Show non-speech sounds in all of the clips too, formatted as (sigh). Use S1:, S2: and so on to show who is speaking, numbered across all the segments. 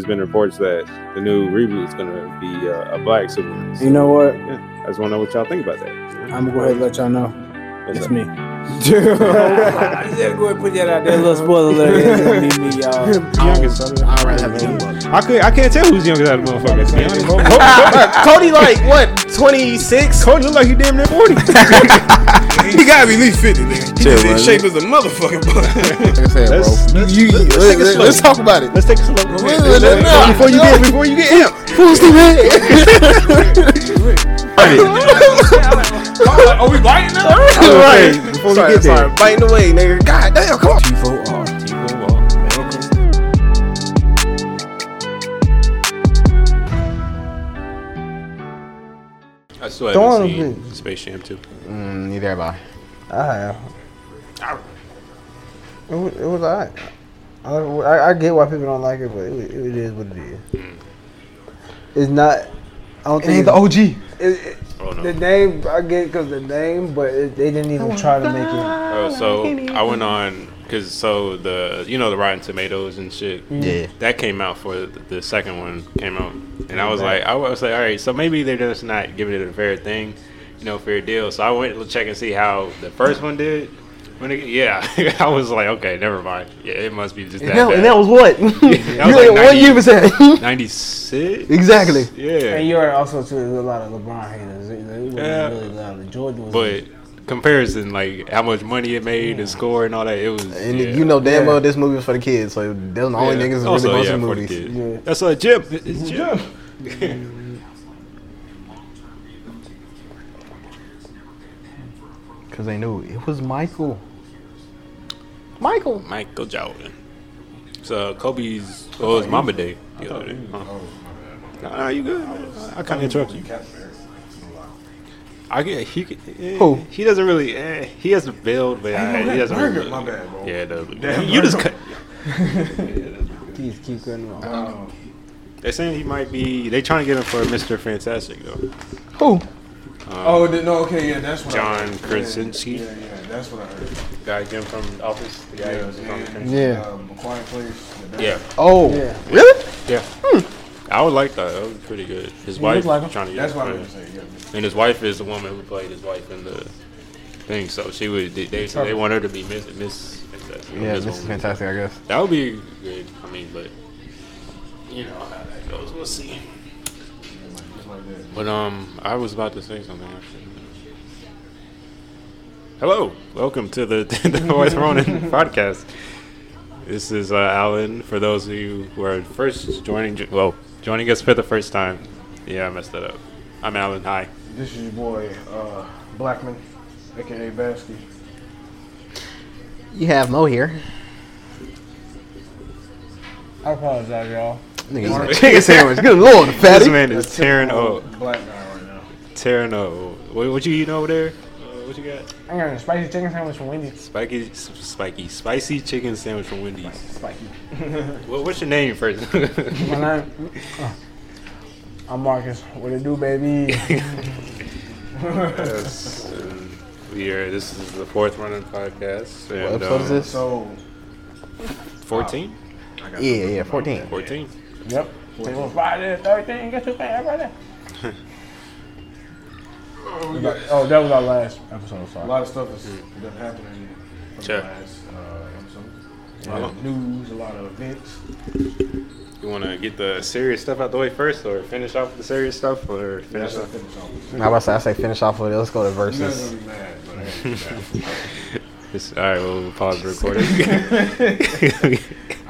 S1: There's been reports that the new reboot is going to be uh, a black Superman. So
S2: You know what?
S1: I just want to know what y'all think about that.
S2: I'm gonna go ahead and let y'all know.
S1: What's
S2: It's
S1: up?
S3: (laughs)
S2: me.
S3: Oh
S2: yeah, go ahead put that out there. Little spoiler alert. It's gonna be me, y'all.
S4: (laughs) Youngest. I'd rather have a young buck.
S1: I could I can't tell who's younger than that motherfucker. To be honest.
S3: Cody, like what? Twenty six.
S1: Cody look like he damn near forty.
S4: He gotta be at least 50, nigga. He
S3: Chill,
S4: just in
S3: man.
S4: shape as a motherfucker, but
S3: Like I said,
S1: Let's-
S3: bro.
S1: let's-
S3: You- you-
S1: let's- let's
S3: let-
S1: take it
S3: let-
S1: slow.
S3: let's talk about it.
S1: Let's take a slow. Go
S3: ahead.
S1: (laughs)
S3: Let's- let's- no.
S1: before you get before you get him.
S3: Fool, stupid.
S1: (laughs)
S4: Are we biting now?
S1: Right. Before
S3: Sorry,
S1: we get
S3: sorry.
S1: there.
S3: Biting away, nigga. God damn, come on.
S1: I still
S5: Don't
S1: haven't
S5: wanna
S1: seen Space Jam 2.
S3: Mm, neither have I.
S5: I have. It was, it was alright. I, I, I get why people don't like it, but it, wa- it is what it is.
S3: Mm.
S5: It's not. I don't think it's-
S3: OG.
S5: it- it-
S1: Oh no.
S5: the name I get because the name, but it, they didn't even try to make it.
S1: Oh, so I went on because so the you know the Rotten Tomatoes and shit
S3: Yeah.
S1: that came out for the, the second one came out, and I was like I was like all right, so maybe they're just not giving it a fair thing, you know, fair deal. So I went to check and see how the first one did. When it, yeah, (laughs) I was like okay, never mind. Yeah, it must be just that.
S3: Hell,
S1: bad.
S3: and that
S1: (laughs)
S3: was what?
S1: I was
S3: you
S1: like
S3: what
S1: 90
S3: year was that?
S1: 96?
S3: Exactly.
S1: Yeah.
S5: And you're also too there's a lot of LeBron haters. It, it wasn't
S1: Yeah.
S5: really loud. Jordan was.
S1: But comparison, like how much money it made, the score, and all that, it was.
S3: (laughs) And
S1: yeah.
S3: you know damn well this movie was for the kids, so they're the only
S1: Yeah.
S3: niggas that's
S1: Also,
S3: really
S1: yeah,
S3: going to the
S1: for the
S3: movies.
S1: kids.
S5: Yeah.
S1: That's a Jim. It's Jim.
S3: Because they knew it was Michael. Michael.
S1: Michael Jordan. It's uh, Kobe's. Oh, it's Mama Day. The other day.
S4: oh,
S1: Huh. Nah, nah, you good? man. I kind of interrupt you. I get he. Eh,
S3: Who?
S1: He doesn't really. Eh, he has the build, but I, he doesn't.
S4: burger,
S1: really,
S4: my bad, bro.
S1: Yeah, it does. look
S4: Damn
S1: good. you just cut.
S5: Please keep cutting them off.
S1: They're saying he might be. They trying to get him for Mr. Fantastic though.
S3: Who?
S4: Oh, th- no, okay, yeah, that's what I
S1: John
S4: heard.
S1: Krasinski.
S4: Yeah, yeah, that's what I heard.
S1: Guy came from Office. The guy was
S4: Yeah,
S1: from
S4: and,
S3: Yeah.
S4: Um, a quiet place.
S1: Yeah,
S3: Oh.
S5: Yeah.
S3: Really?
S1: yeah.
S4: Hmm.
S1: I would like that. That was pretty good. His wife
S5: like him.
S1: trying to get
S4: That's
S1: him
S4: what I
S1: for-
S4: was gonna say. Yeah.
S1: And his wife is the woman who played his wife in the thing, so she would. They they, so they want her to be Miss Miss. Fantastic,
S3: Yeah,
S1: Miss
S3: this is
S1: Woman.
S3: fantastic, I guess.
S1: That would be good. I mean, but you know how that goes. We'll see. But um, I was about to say something. Actually. Hello, welcome to the (laughs) the Voice Ronin podcast. This is uh, Alan. For those of you who are first joining, well, joining us for the first time. Yeah, I messed that up. I'm Alan. Hi.
S4: This is your boy uh, Blackman, aka Basky.
S3: You have Mo here.
S5: I apologize, y'all.
S3: Nigga, chicken sandwich. Good lord,
S1: (laughs)
S3: fatty.
S1: This man is tearing
S4: Oh,
S1: up,
S4: black guy right now.
S1: tearing up. What, what you eating over there? Uh, what you got?
S5: I got a spicy chicken sandwich from Wendy's.
S1: Spiky, s- spiky, spicy chicken sandwich from Wendy's.
S5: Spicy.
S1: What, what's your name first? (laughs)
S5: My name. uh, I'm Marcus. What it do, baby?
S1: Yes, um, we are. This is the fourth running podcast. And, um,
S3: What episode is this?
S4: So,
S1: Fourteen.
S3: Yeah, yeah, 14.
S1: Fourteen.
S5: yep. Take one Friday, the 13th, get your bag right there. Oh, that was our last episode.
S4: a
S5: Sorry.
S4: lot of stuff is done happening from
S1: Sure.
S4: the last uh, episode. A lot of news, a lot of events.
S1: You want to get the serious stuff out the way first, or finish off with the serious stuff, or finish
S4: That's
S1: off?
S4: what I finish off.
S5: (laughs)
S4: with.
S3: How about I say, I say finish off with it? Let's go to
S4: You guys
S3: verses.
S4: gonna be mad, but I gotta
S5: (laughs)
S4: be mad.
S1: This, all right, we'll pause the
S3: (laughs)
S1: recording.
S4: I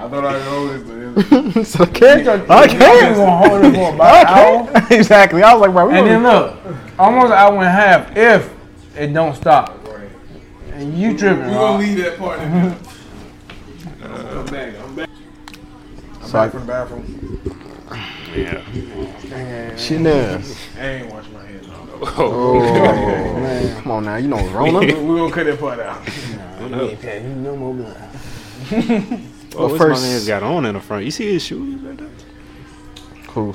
S4: thought I know it, but it was,
S3: it's okay.
S5: We
S3: Okay.
S5: gonna hold it for about an hour.
S3: Okay. (laughs) exactly. I was like, bro, we
S5: And then
S3: gonna-
S5: look, almost an hour and a half if it don't stop. (laughs) And you tripping.
S4: we gonna
S5: Rob.
S4: leave that part. in there.
S5: Uh,
S4: I'm back. I'm back. I'm
S3: So I-
S4: back from the bathroom.
S1: yeah.
S3: She knows.
S4: I ain't washing my hands. No.
S3: (laughs)
S1: Oh,
S5: (laughs)
S3: Come on now, you know it's (laughs) Rona.
S4: We're gonna cut that part out.
S5: Yeah, you no more blood.
S1: well, what's
S3: first-
S1: my man's got on in the front? You see his shoes right there?
S3: cool.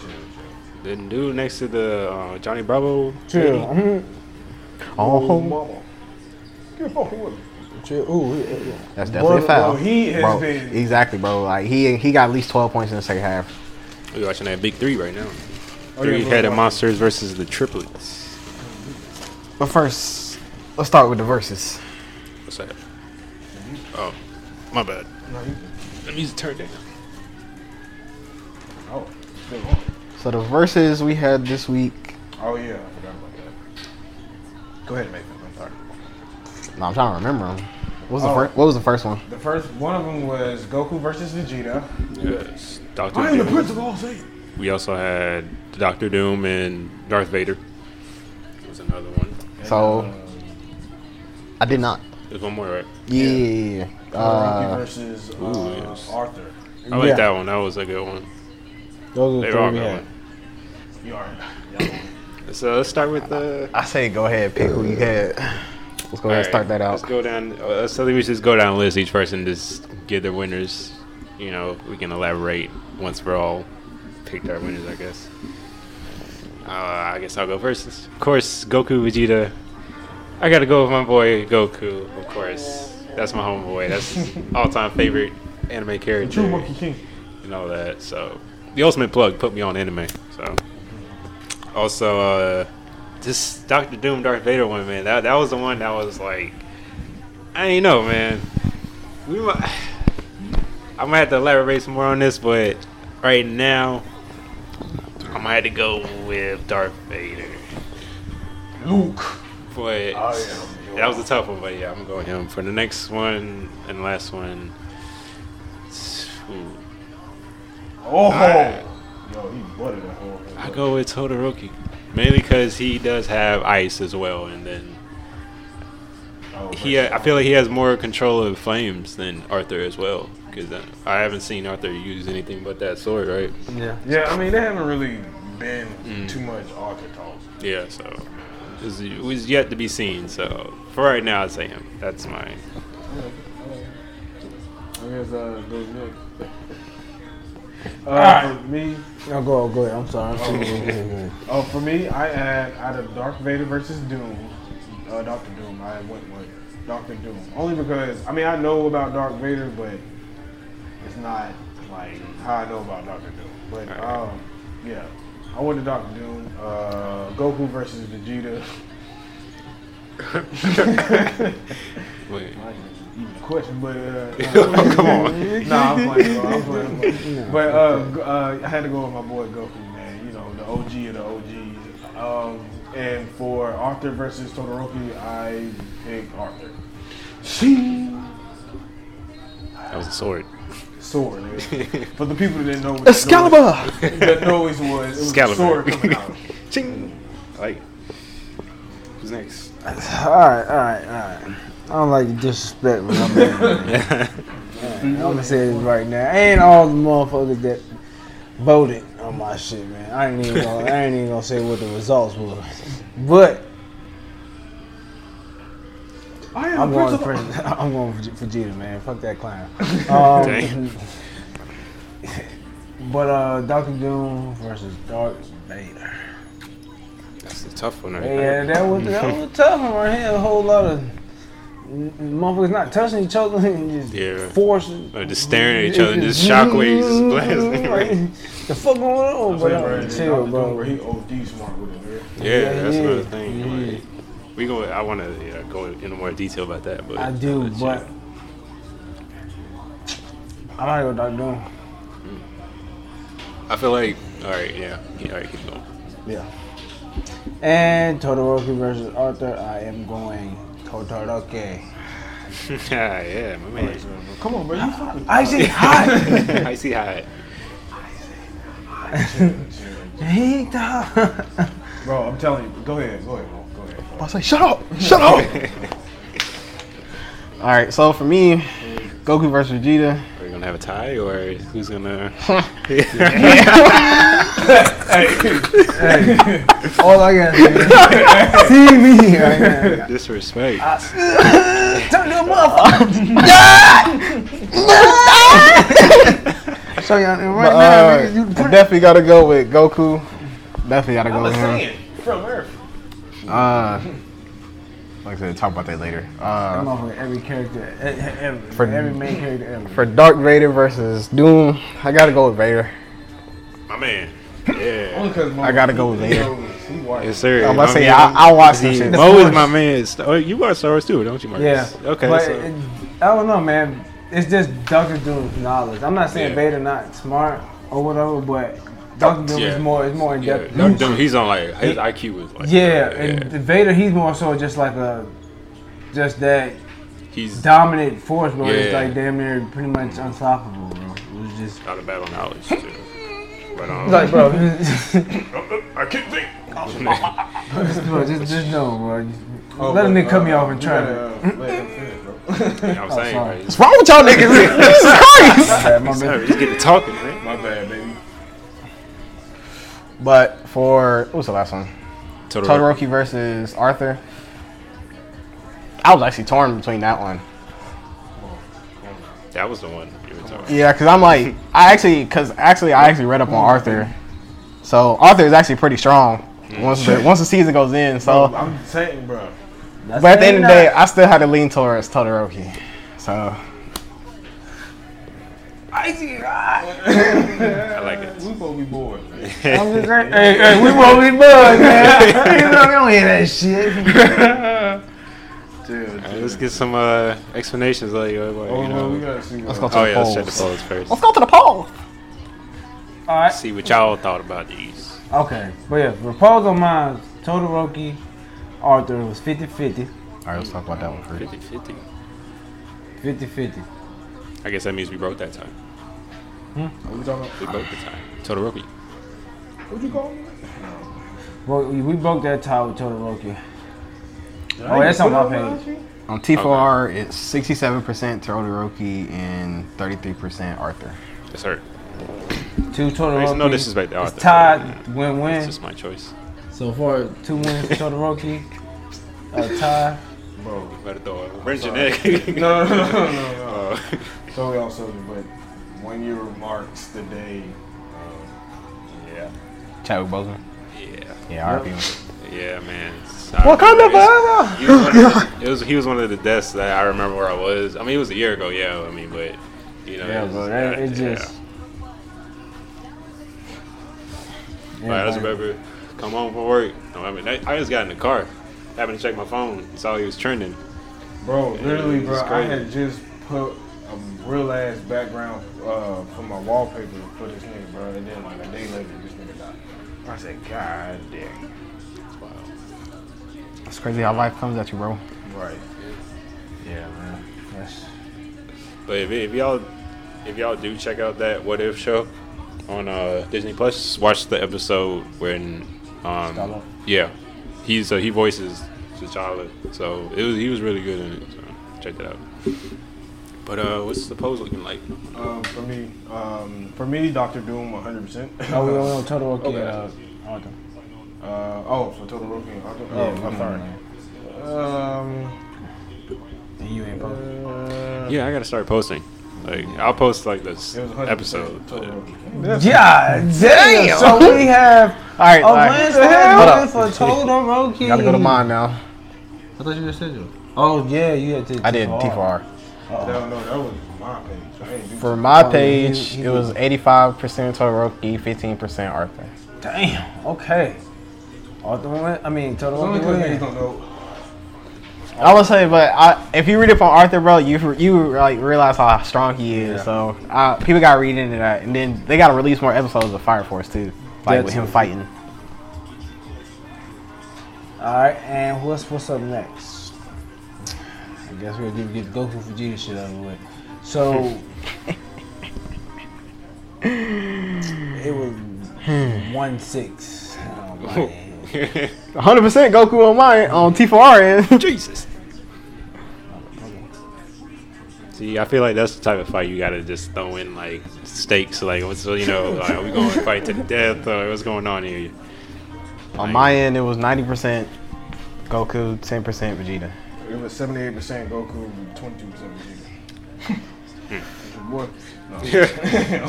S1: The dude next to the uh, Johnny Bravo.
S5: Chill. mhm.
S3: Oh,
S4: Mama. Good Lord.
S5: Chill. Ooh, yeah, yeah.
S3: that's definitely a
S4: Bro,
S3: foul.
S4: he has
S3: Bro,
S4: been-
S3: exactly, bro. Like he he got at least twelve points in the second half.
S1: We're watching that big three right now.
S2: Oh,
S1: Three
S2: yeah,
S1: headed
S2: bro.
S1: monsters versus the triplets.
S3: But first, let's start with the verses.
S1: What's that? Oh, my bad. Let me just turn down.
S4: Oh,
S3: So the verses we had this week.
S4: oh yeah, I forgot about that. Go ahead, Mason. I'm sorry.
S3: No, I'm trying to remember them. What was the
S4: Oh.
S3: first? What was the first one?
S4: The first one of them was Goku versus Vegeta.
S1: Yes. Doctor
S4: I am the
S1: Doom.
S4: Prince of All Satan.
S1: We also had Doctor Doom and Darth Vader. That was another one.
S3: So I did not.
S1: There's one more, right?
S3: Yeah. yeah, yeah.
S4: Rocky
S3: Uh,
S4: versus uh,
S1: ooh, yes.
S4: Arthur.
S1: I like
S5: Yeah.
S1: that one. That was a good one.
S5: Those are
S1: They
S5: the
S1: were all
S5: three we
S1: good.
S5: had.
S1: ones.
S4: You are. (laughs) y'all-
S1: So let's start with the.
S3: I say go ahead, pick who you had. Let's go ahead and start that out.
S1: Let's go down. Uh, so we should just go down the list each person, just get their winners. You know, we can elaborate once we're all picked our winners, I guess. Uh, I guess I'll go first. Of course, Goku, Vegeta. I gotta go with my boy Goku, of course. That's my homeboy. That's
S3: (laughs)
S1: his all-time favorite anime
S4: The true
S1: character
S4: Monkey King.
S1: and all that. So the ultimate plug put me on anime. So also uh this Doctor Doom Darth Vader one man that that was the one that was like I ain't know man. We might, (sighs) I'm gonna have to elaborate some more on this, but right now I'm gonna have to go with Darth Vader.
S4: Luke.
S1: But
S4: Oh, yeah.
S1: that was a tough one, but yeah, I'm gonna go with him for the next one and last one. it's- ooh,
S4: Oh.
S1: Alright.
S4: Yo, he butted that whole thing.
S1: I go with Todoroki, mainly because he does have ice as well, and then
S4: Oh,
S1: he. I feel like he has more control of flames than Arthur as well, because I haven't seen Arthur use anything but that sword, right?
S5: Yeah.
S4: Yeah, I mean, they haven't really been
S1: Mm.
S4: too much Arthur talk.
S1: Yeah, so it's- it was yet to be seen. So for right now, I'd say him. That's my.
S4: I guess uh, goes next. Uh, For me,
S5: No, go go ahead. I'm sorry. I'm sorry.
S4: oh, for me, I add out of Darth Vader versus Doom, uh, Doctor Doom. I went with Doctor Doom only because I mean I know about Darth Vader, but it's not like how I know about Doctor Doom. But um, yeah, I went to Doctor Doom. Uh, Goku versus Vegeta. (laughs)
S1: Wait.
S4: Even a question, but uh,
S1: (laughs) Come on.
S4: nah, I'm playing, bro. I'm playing.
S5: (laughs)
S4: I'm playing. But uh, g- uh, I had to go with my boy Goku, man. You know, the OG of the OGs. Um, and for Arthur versus Todoroki, I picked Arthur.
S1: That was a sword.
S4: Sword,
S1: (laughs)
S4: nigga. For the people that didn't
S5: (laughs)
S4: know what
S3: Excalibur.
S4: the noise, (laughs) that noise was, it was
S1: Excalibur.
S4: a sword coming out.
S1: (laughs) Ching. I like. it. Who's
S4: (laughs)
S1: next?
S5: all right, all right, all right. I don't like to disrespect, but I'm gonna- I'm gonna say this right now. And all the motherfuckers that voted on my shit, man. I ain't even gonna, I ain't even gonna say what the results were, but
S4: I am
S5: I'm
S4: the
S5: going
S4: Prince
S5: for (laughs)
S4: of
S5: I'm going for Vegeta, man. Fuck
S1: (laughs)
S5: that clown. Um,
S1: Dang.
S5: (laughs) but uh, Doctor Doom versus Darth Vader.
S1: That's a tough one. Right
S5: Yeah, that was that
S1: (laughs)
S5: was a tough one right here. A whole lot of n- n- motherfuckers not touching each other (laughs) and just
S1: Yeah.
S5: forcing.
S1: Or just staring at each other and just shockwaves
S5: (laughs)
S1: just (laughs) blasting.
S5: Like, the fuck going on? But I'm chill,
S4: Doctor Doom,
S5: bro.
S4: where he OD smart with it, man.
S1: Yeah,
S5: Yeah,
S1: that's
S5: yeah.
S1: another thing.
S5: Yeah.
S1: Like, we go. I want to yeah, go into more detail about that, but
S5: I
S1: I'll
S5: do,
S1: let you-
S5: but I'm not gonna Doctor Doom.
S1: I feel like all right. Yeah, yeah all right, keep going. (laughs)
S5: Yeah. And Todoroki versus Arthur. I am going Todoroki.
S1: yeah, my man.
S4: Come on, bro. You fucking
S5: Icy (laughs) hot.
S1: (laughs) I see how. it-
S5: He the-
S4: Bro, I'm telling you. Go ahead. Go ahead. bro. Go ahead.
S3: I was like, shut up, shut up. (laughs) All right, so for me, Goku versus Vegeta.
S1: Are we gonna have a tie, or who's
S5: (laughs)
S1: gonna?
S5: (laughs) All I got is (laughs) TV right now.
S1: Disrespect.
S5: Turn to a motherfucker. so y'all and right
S3: But,
S5: now,
S3: uh,
S5: niggas, you
S3: I
S5: put
S3: definitely gotta go with Goku. Definitely gotta go
S4: I'm
S3: with
S4: a
S3: him.
S4: saying. From Earth.
S3: Uh, like I said, talk about that later. Uh,
S5: motherfucker every character, e- e- every,
S3: For-
S5: every main character ever.
S3: for Dark Vader versus Doom, I gotta go with Vader.
S1: My
S5: (laughs)
S1: man. Yeah.
S4: Only because
S3: I gotta go with Vader.
S4: He white.
S1: Yes, sir.
S3: I'm
S1: My
S3: about to say,
S1: man-
S3: I, I watched that shit.
S1: Mo is my man. St- Oh, you watch Star Wars too, don't you,
S5: Yeah.
S1: Marcus? Okay.
S5: But
S1: so-
S5: it- I don't know, man. It's just Doctor Doom's knowledge. I'm not saying
S1: Yeah.
S5: Vader not smart or whatever, but Doctor Doom
S1: Yeah.
S5: is more is more in
S1: yeah,
S5: depth.
S1: Dr. Doom, he's on like his IQ was like
S5: Yeah,
S1: yeah.
S5: and the Vader, he's more so just like a, just that
S1: he's not
S5: dominant force, bro. It's
S1: Yeah.
S5: like damn near pretty much unstoppable, bro. It was
S3: (laughs)
S5: just
S1: a battle knowledge. Too. But um,
S5: like, bro,
S1: I can't think.
S5: bro, just just know, bro.
S4: Oh,
S5: Let a
S4: but,
S5: nigga cut me
S4: uh,
S5: off in
S4: you
S5: traffic.
S4: gotta, uh, Let him finish, bro.
S5: (laughs)
S1: You know what I'm saying?
S5: Oh, sorry.
S1: Like,
S3: What's wrong with y'all niggas? (laughs) Jesus Christ.
S5: Bad, my bad.
S1: Sorry, just get to talking, man.
S4: My bad, baby.
S3: But for what was the last one?
S1: Totoro.
S3: Todoroki versus Arthur. I was actually torn between that one.
S1: That was the one you were talking about.
S3: Yeah, because I'm like, I actually, because actually, I actually read up on Arthur. So Arthur is actually pretty strong once the once the season goes in.
S5: Oh.
S3: So,
S4: I'm saying, bro.
S5: That's
S3: but at the end of the day,
S5: not-
S3: I still had to lean towards Todoroki. So
S1: I like it.
S4: We both be bored. man.
S5: hey, hey,
S3: (laughs)
S5: we won't be bugged, man. (laughs) you know, we don't hear that shit.
S4: Dude,
S1: Alright,
S4: dude.
S1: let's get some uh, explanations like uh, what,
S4: Oh,
S1: you
S4: well, we
S1: know.
S4: gotta see.
S3: let's
S4: uh,
S3: go to
S1: Oh
S3: the
S1: yeah, let's check the
S3: polls.
S1: polls first.
S3: Let's go to the poll.
S5: All right.
S1: See what y'all thought about these.
S5: Okay, but yeah, repose on mine. Todoroki, Arthur was 50-50.
S3: All right, let's talk about that one first.
S1: 50-50.
S5: 50-50.
S1: I guess that means we broke that time.
S4: What you talking
S1: We broke the time. Todoroki.
S4: about? What you call me?
S5: Well, we we broke that tie with Todoroki. Oh, that's on my page.
S3: On T4R, it's 67% Todoroki and 33% Arthur.
S1: That's her.
S5: Two Todoroki.
S1: There's no disrespect to Arthur.
S5: It's tied, win-win.
S1: It's just my choice.
S5: So far, two wins for Todoroki. A tie.
S4: Bro.
S1: Better throw a wrench in it.
S4: (laughs) No, no, no, no, no. no. (laughs)
S1: Uh,
S4: So we also, but one year marks the day. uh,
S1: yeah.
S3: Chadwick Boseman.
S1: (laughs) Yeah.
S3: Yeah, RP.
S1: Yeah, man.
S3: Wakanda
S1: of He was, one of
S5: (laughs)
S1: the- it was, he was one of the deaths that I remember where I was. I mean, it was a year ago, yeah. I mean, but, you know. it
S5: Yeah,
S1: was-
S5: bro, that, it
S1: yeah.
S5: just...
S1: Like, I just
S5: like-
S1: remember come home from work. I mean, I I just got in the car. Happened to check my phone. and Saw he was trending.
S4: Bro, literally,
S1: it's
S4: bro, I
S1: crazy.
S4: had just put a real ass background uh, for my wallpaper for this nigga, bro, and then like a day later, this nigga died. I said, God damn.
S1: Wow.
S3: It's crazy how life comes at you, bro.
S4: Right. Yeah, man.
S5: Yes.
S1: But if, if y'all if y'all do check out that What If show on uh, Disney Plus, watch the episode when um
S5: T'Challa.
S1: yeah he's uh, he voices T'Challa, so it was he was really good in it. So check that out. But uh, what's the pose looking like?
S4: Um, for me, um, for me, Doctor Doom, 100%. (laughs)
S5: Oh, we don't know Todoroki.
S4: Okay.
S5: Uh, Arthur.
S4: Uh, oh, for Total Rookie. Oh,
S5: we
S4: I'm
S5: don't
S4: sorry.
S5: know.
S4: Um,
S5: And you ain't posted.
S4: uh,
S1: Yeah, I gotta start posting. Like I'll post like this
S4: it was 100%
S1: episode.
S4: Total
S1: but-
S4: Rookie.
S5: Yeah, damn. So we have
S3: All right,
S5: a
S3: all right.
S5: Wednesday
S3: Hold up.
S5: win for Todoroki.
S3: Gotta go to mine now.
S5: I thought you just said you. Oh yeah, you had to.
S3: I did
S5: oh.
S3: T4R.
S4: No, no, that was my page. I ain't do
S3: For my
S5: Oh,
S3: page,
S5: he- he-
S3: it was 85% Todoroki, 15% Arthur.
S5: Damn. Okay. Arthur win. I mean
S4: It's
S5: Todoroki
S4: only because niggas
S5: win.
S4: don't know.
S3: I will say, but I, if you read up on Arthur, bro, you you like realize how strong he is. So uh, people gotta read into that, and then they gotta release more episodes of Fire Force too, like
S5: That's
S3: with him
S5: it.
S3: fighting.
S5: All right, and what's what's up next? I guess we're gonna get the Goku Vegeta shit out of the way. So it was one six. Oh, man.
S1: (laughs)
S3: 100% Goku on mine on (laughs) T4R end.
S1: Jesus. See, I feel like that's the type of fight you gotta just throw in like stakes, like what's so you
S5: (laughs)
S1: know, like, are we going to fight to the death or what's going on here?
S3: on my end, it was 90% Goku, 10% Vegeta.
S4: It was 78% Goku, 22% Vegeta.
S1: Hmm.
S4: Boy, no,
S1: Is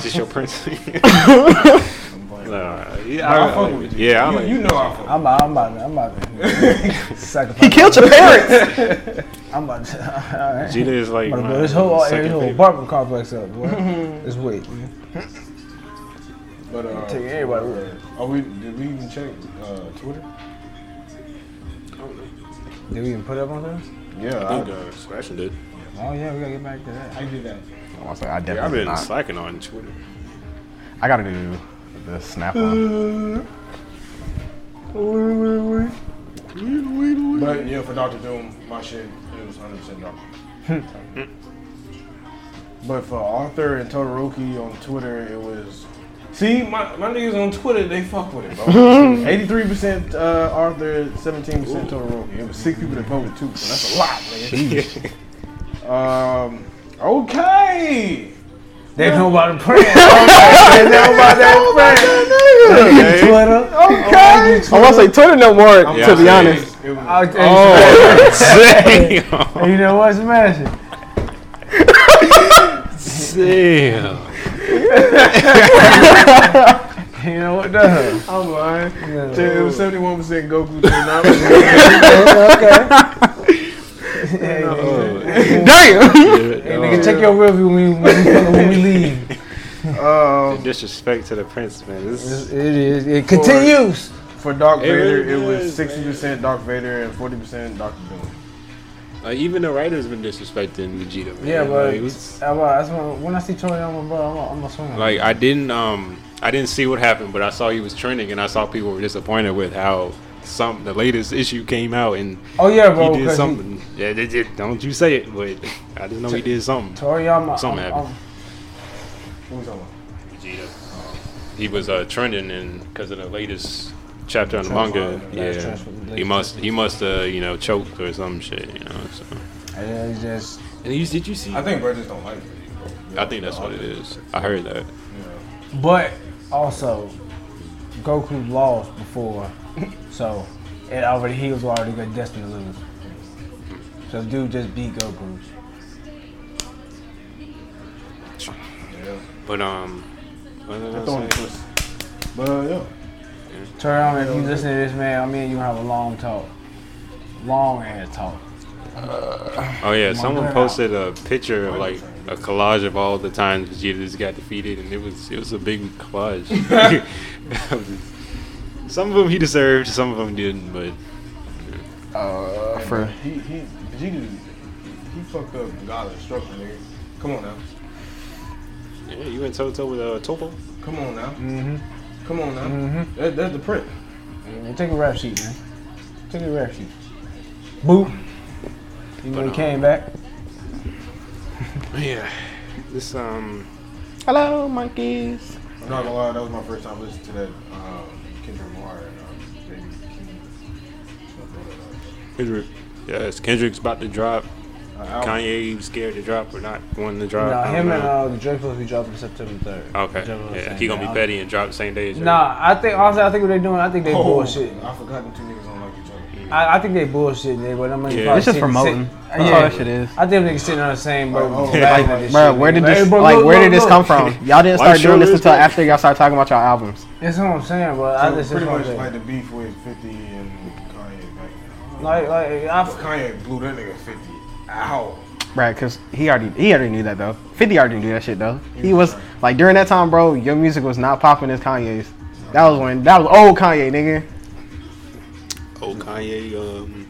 S1: this
S5: (laughs)
S1: your prince?
S4: I'm playing.
S1: Nah, yeah,
S4: I
S1: (laughs) I,
S4: fuck
S1: like-
S4: with you.
S1: yeah, I
S4: you,
S1: like-
S4: you know I fuck.
S5: I'm about, I'm about, to- I'm about to sacrifice.
S3: (laughs) Killed your parents!
S5: I'm about to. All right.
S1: Vegeta is like
S5: I'm about to
S1: my
S5: blow this whole,
S1: second
S5: this whole
S1: favorite.
S5: apartment complex up. Boy. Just wait.
S4: with- But uh,
S5: Take everybody with it.
S4: Are we? Did we even check uh, Twitter?
S5: Did we even put up on this?
S4: Yeah,
S1: I think
S4: I,
S1: uh, Sebastian did.
S5: Oh yeah, we gotta get back to that.
S4: I did that.
S3: I wanna say I definitely
S1: Yeah, I've been
S3: not.
S1: slacking on
S5: (laughs)
S1: Twitter. (laughs)
S3: I gotta do the snap (laughs) one.
S4: But yeah, for Doctor Doom, my shit it was 100 percent Doctor.
S3: Hmm.
S4: but for Arthur and Todoroki on Twitter, it was. See, my, my niggas on Twitter, they fuck with it, bro.
S3: (laughs)
S4: 83% uh, Arthur, 17% Todoroki. It was six people that voted too, so that's a lot, nigga. um, okay.
S5: They know about the prayer.
S4: They know about
S3: Oh
S4: that friend.
S5: Twitter.
S4: Okay.
S3: I wanna say Twitter no more.
S1: Yeah,
S3: to
S1: I
S3: be
S1: see.
S3: (laughs) honest,
S4: It was-
S5: I'll tell you
S1: Damn. Oh.
S5: something. Oh, You know what? Smash it.
S1: Damn.
S5: You know what? Does
S4: I'm lying.
S5: Yeah.
S4: It was 71% Goku,
S3: (laughs)
S4: 29%.
S5: okay.
S1: Oh,
S3: damn.
S5: (laughs) Nigga, check your real view when, when, we- when we leave.
S4: Um,
S1: Disrespect to the prince, man. This is
S5: It is. It continues.
S4: for Darth
S1: It
S4: Vader,
S1: really
S4: it was
S1: is,
S4: 60% Darth Vader and 40% Doctor Doom.
S1: like, even the writers been disrespecting Vegeta. Man.
S5: Yeah,
S1: like,
S5: but
S1: it was-
S5: I, well, that's when, when I see Toriyama, bro, I'm gonna- I'm gonna swing. him.
S1: like I didn't um I didn't see what happened, but I saw he was trending, and I saw people were disappointed with how some the latest issue came out, and
S5: oh yeah,
S1: he
S5: bro.
S1: did
S5: because he-
S1: something. yeah, they did- don't you say it, but I just know he did something.
S5: Toriyama.
S1: Something
S5: I'm-
S1: happened.
S4: Who was that one?
S1: Vegeta. He was uh, trending, and because of the latest chapter on the manga,
S5: Transform- last
S1: yeah,
S5: transform-
S1: he must he must uh, you know choked or some shit, you know. So.
S5: I'm- I just
S1: And you, did you see?
S4: I think brothers don't like it.
S1: I think that's what it is. I heard that.
S5: But also, Goku lost before, so it already he was already good destined to lose. So dude just beat Goku.
S1: But um, what was I
S4: Throwing
S1: gonna
S4: a
S1: say?
S4: twist. But uh, yeah.
S5: Toriyama, if you listen to this man, I mean you gonna have a long talk, long ass talk.
S1: oh yeah,
S5: Manga
S1: someone
S5: out.
S1: posted a picture of like a collage of all the times Vegeta's got defeated, and it was it was a big collage. (laughs) some of them he deserved, some of them didn't, but
S3: Uh, for
S4: He, he, Vegeta, he fucked up God's instruction, nigga. Come on now.
S1: yeah, you went toe to toe with uh, Topo.
S4: Come on now. Come on now. That, that's the print.
S5: Man, take a rap sheet, man. Take a rap sheet. Boop. You know he came back.
S1: Yeah, this um.
S3: hello monkeys.
S4: I'm not gonna lie, that was my first time listening to that um, Kendrick Lamar and um, Baby Keem.
S1: Kendrick. Yes, Kendrick's about to drop.
S4: Uh, album.
S1: Kanye scared to drop or not wanting to drop.
S5: No,
S1: I don't
S5: him and
S1: know.
S5: uh, Drake supposed to be dropping September third.
S1: okay, yeah, he gonna be petty and drop the same day as
S5: Nah, I think honestly, I think what they're doing, I think they
S4: Oh,
S5: bullshit.
S4: I forgot the two niggas don't like each other.
S5: I, I think they bullshit, nigga. But I'm gonna
S1: Yeah.
S5: probably
S1: It's
S3: just
S5: sit-
S3: promoting.
S5: sit-
S3: That's all that shit is.
S5: I think niggas sitting on the same boat.
S4: Oh, oh.
S5: laughing at this
S3: Bro,
S5: shit,
S3: where did
S5: nigga.
S3: this
S5: Hey, bro,
S3: like
S5: look,
S3: where
S5: look,
S3: did this
S5: look.
S3: come from? Y'all didn't
S1: Why
S3: start doing
S1: sure
S3: this
S1: is
S3: until
S1: that?
S3: after y'all started talking about y'all albums.
S5: That's what I'm saying, bro. I
S4: So
S5: just
S4: pretty
S5: just wanna-
S4: much like the beef with 50 and Kanye back then.
S5: like, like, I,
S4: Kanye blew that nigga 50 out.
S3: Right, cause he already he already knew that though. Fifty already knew that shit though. He was like during that time, bro. Your music was not popping as Kanye's. That was when that was old Kanye, nigga.
S1: Oh, Kanye. Um.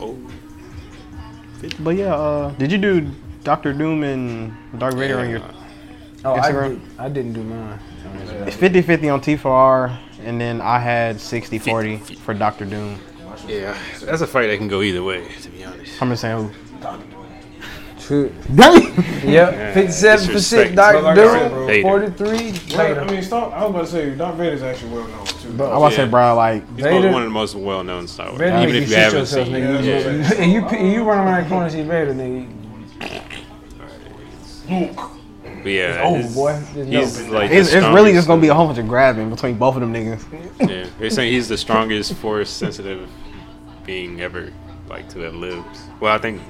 S1: Oh.
S3: But yeah, uh, did you do Doctor Doom and Dark Vader on your
S5: oh, I,
S3: Instagram.
S5: did, I didn't do mine.
S3: It's 50 50 on T4R, and then I had 60 40 for Doctor Doom.
S1: Yeah, that's a fight that can go either way. To be honest.
S3: I'm just saying
S5: True.
S3: who.
S5: Yep, fifty-seven
S1: disrespect.
S5: percent Dr.
S4: But like I said, bro,
S5: Doom,
S1: Vader.
S5: forty-three
S4: Well, I
S5: Vader.
S4: mean, stop. I was about to say, Darth Vader's actually well known, too.
S3: I was
S1: Yeah.
S3: say, bro, like,
S1: He's probably
S5: Vader-
S1: one of the most well-known Star Wars.
S5: Vader
S1: even
S5: make
S1: if
S5: you
S1: you
S5: shit
S1: haven't
S5: yourself,
S1: seen.
S5: nigga.
S1: it.
S4: That's what I'm
S1: Yeah.
S5: And you and you run around the corner, see Vader, nigga.
S1: But yeah.
S5: Oh
S1: it's-
S5: boy, There's no-
S1: He's like
S3: it's,
S1: the
S3: it's really
S1: strongest-
S3: just gonna be a whole bunch of grabbing between both of them niggas.
S1: Yeah, they're saying he's the strongest force sensitive being ever, like to have lived. Well, I think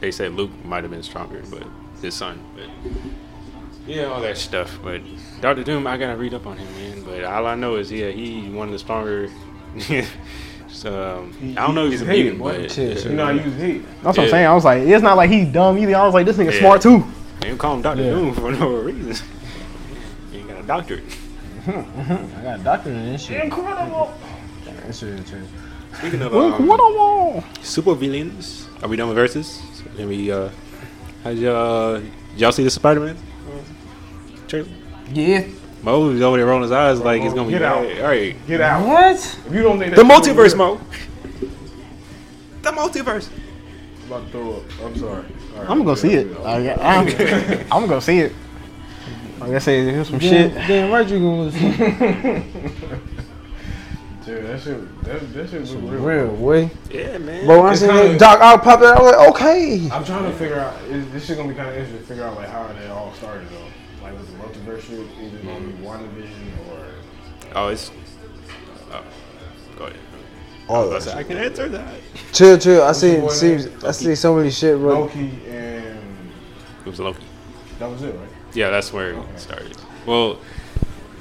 S1: they said Luke might have been stronger, but his son. But yeah, all that stuff. But Doctor Doom, I gotta read up on him, man. But all I know is, yeah, he one of the stronger. (laughs) so um, I don't know if he's a
S4: Hey,
S1: mutant,
S4: what?
S1: but
S5: Shit,
S1: yeah.
S4: You know, I use heat.
S3: That's what
S1: Yeah.
S3: I'm saying. I was like, it's not like he dumb either. I was like, this nigga
S1: Yeah.
S3: smart too.
S1: (laughs) they don't call him Doctor Doom for no reason. he ain't got a doctorate.
S5: I got a doctorate in this shit.
S4: Incredible.
S5: That shit is true.
S1: Speaking of
S3: Look,
S1: um,
S3: what a wall!
S1: super villains, are we done with verses? And we uh, how y'all y'all see the Spider Man? Trailer?
S5: Yeah.
S1: Mo was over there rolling his eyes like it's gonna be
S4: Get out.
S1: bad. All right,
S4: Get
S1: (laughs)
S4: out.
S5: What?
S4: If you don't think
S1: the
S4: that's cool,
S1: multiverse,
S4: you're
S1: Mo. The multiverse.
S4: About to throw up. I'm sorry. All right,
S3: I'm gonna go
S4: yeah,
S3: see it.
S4: yeah.
S3: Like, I'm, I'm gonna go see it. Like I said, here's some
S5: Damn,
S3: shit.
S5: damn right you
S1: (laughs)
S5: gonna listen.
S4: Dude, that shit, that, that shit was real.
S5: Real way.
S1: Yeah, man.
S5: But when I
S4: It's
S5: seen
S4: kinda-
S5: that Doc Ock pop out, I was like, okay.
S4: I'm trying to figure out. Is, this shit gonna be kind of interesting to figure out like how it all started though. Like with the multiverse shit, either gonna be WandaVision or
S1: Oh, it's. Oh, go ahead. I,
S5: Oh,
S1: was like, I can answer that.
S5: chill, chill. I see,
S4: boy
S5: see,
S4: name?
S5: I see so many shit, bro.
S4: Loki, and
S1: It was Loki.
S4: that was it, right?
S1: Yeah, that's where it started. Well,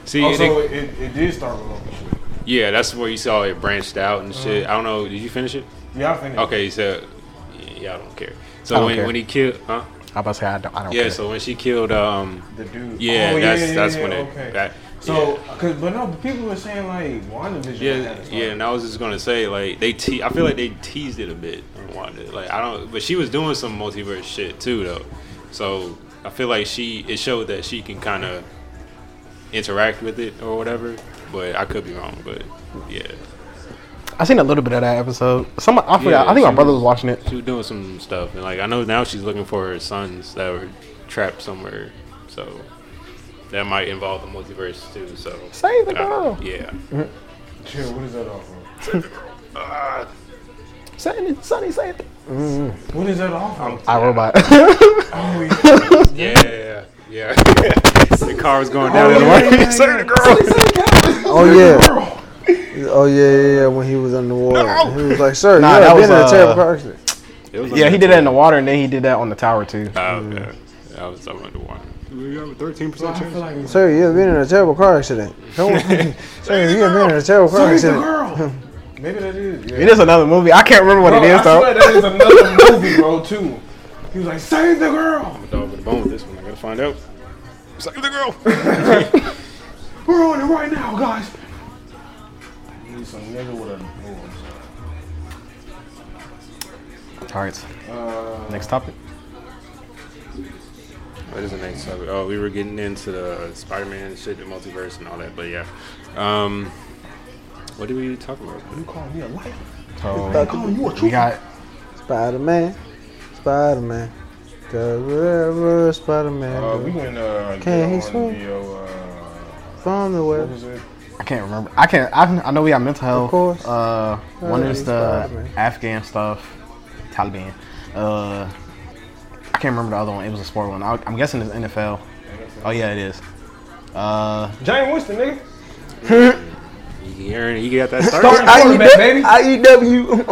S1: see, and
S4: Also,
S1: it-
S4: it, it, did start with Loki. Shit.
S1: yeah, that's where you saw it branched out and shit. I don't know. Did you finish it?
S4: Yeah, I think.
S1: Okay, so yeah, I don't care. So
S3: I don't
S1: when
S3: care.
S1: when he killed, huh?
S3: I'm about to say I don't. I don't
S1: yeah.
S3: care.
S1: So when she killed, um,
S4: The dude.
S1: yeah,
S4: Oh,
S1: that's that's when it.
S4: okay.
S1: That,
S4: so, cause but no, but people were saying like WandaVision.
S1: yeah,
S4: had
S1: yeah,
S4: to start.
S1: yeah, and I was just gonna say like they te- I feel like they teased it a bit on Wanda. Like I don't, but she was doing some multiverse shit too though. So I feel like she it showed that she can kind of interact with it or whatever. But I could be wrong. But yeah,
S3: I seen a little bit of that episode. Some I forgot.
S1: Yeah,
S3: I think my
S1: she
S3: brother
S1: was-
S3: was watching it.
S1: she was doing some stuff, and like I know now she's looking for her sons that were trapped somewhere. So that might involve the multiverse too. So
S3: Save the
S1: I-
S3: girl.
S1: yeah.
S4: Chill. What is that off of?
S1: Ah,
S3: Sunny, Sunny, save. the-
S4: What is that off of?
S1: (laughs)
S3: I robot.
S4: Oh,
S3: (laughs)
S4: yeah.
S1: Yeah, yeah. (laughs) Oh, the car was going down in the way.
S3: (laughs)
S1: Save the girl.
S5: Oh yeah. (laughs) Oh yeah, yeah, yeah. When he was underwater, he was like, "Sir,
S3: Nah,
S5: you
S3: that
S5: have
S3: was,
S5: been in a
S3: uh,
S5: terrible car accident."
S1: It was
S3: yeah, he
S1: under-
S3: did that in the water, and then he did that on the tower too.
S1: Oh, okay. I was I'm underwater. We got a 13%
S4: I feel
S1: chance.
S4: like it's
S5: Sir, you have been in a terrible car accident.
S1: (laughs)
S5: Don't- (laughs) Sir, you have been in a terrible car
S4: Save the
S5: accident.
S4: girl. Maybe that is. Yeah.
S3: It is another movie. I can't remember what
S4: Bro,
S3: it is
S4: I swear
S3: though.
S4: that is another movie, bro. Too. He was like, "Save the girl.
S1: Dog with a bone with this one. I gotta find out. Save the girl.
S4: We're on it right now, guys." I need some nigga with a. Oh, I'm sorry.
S3: All right,
S4: Uh,
S3: next topic.
S1: What is the next topic? Oh, we were getting into the Spider-Man shit, the multiverse, and all that. But yeah, um, what did we talk about?
S4: you call me a liar?
S3: So
S4: Call you a
S3: we
S4: true?
S3: got
S5: Spider Man, Spider Man, cause whatever Spider Man
S4: Uh, we went uh,
S5: Can he
S4: get on
S5: swim?
S4: the uh,
S5: from the
S4: what
S5: web.
S4: was it?
S3: I can't remember. I can't. I, I know we got mental health.
S5: Of course.
S3: Uh, one
S5: Yeah,
S3: is
S5: he's
S3: the
S5: Spider-Man.
S3: Afghan stuff, Taliban. Uh, I can't remember the other one. It was a sport one. I, I'm guessing it's NFL. Oh yeah, it is. Uh,
S4: Jane Winston, nigga.
S1: You hearing? You got that
S4: Start-
S1: start?
S5: E
S4: Quarterback,
S5: (laughs)
S4: baby.
S5: IEW,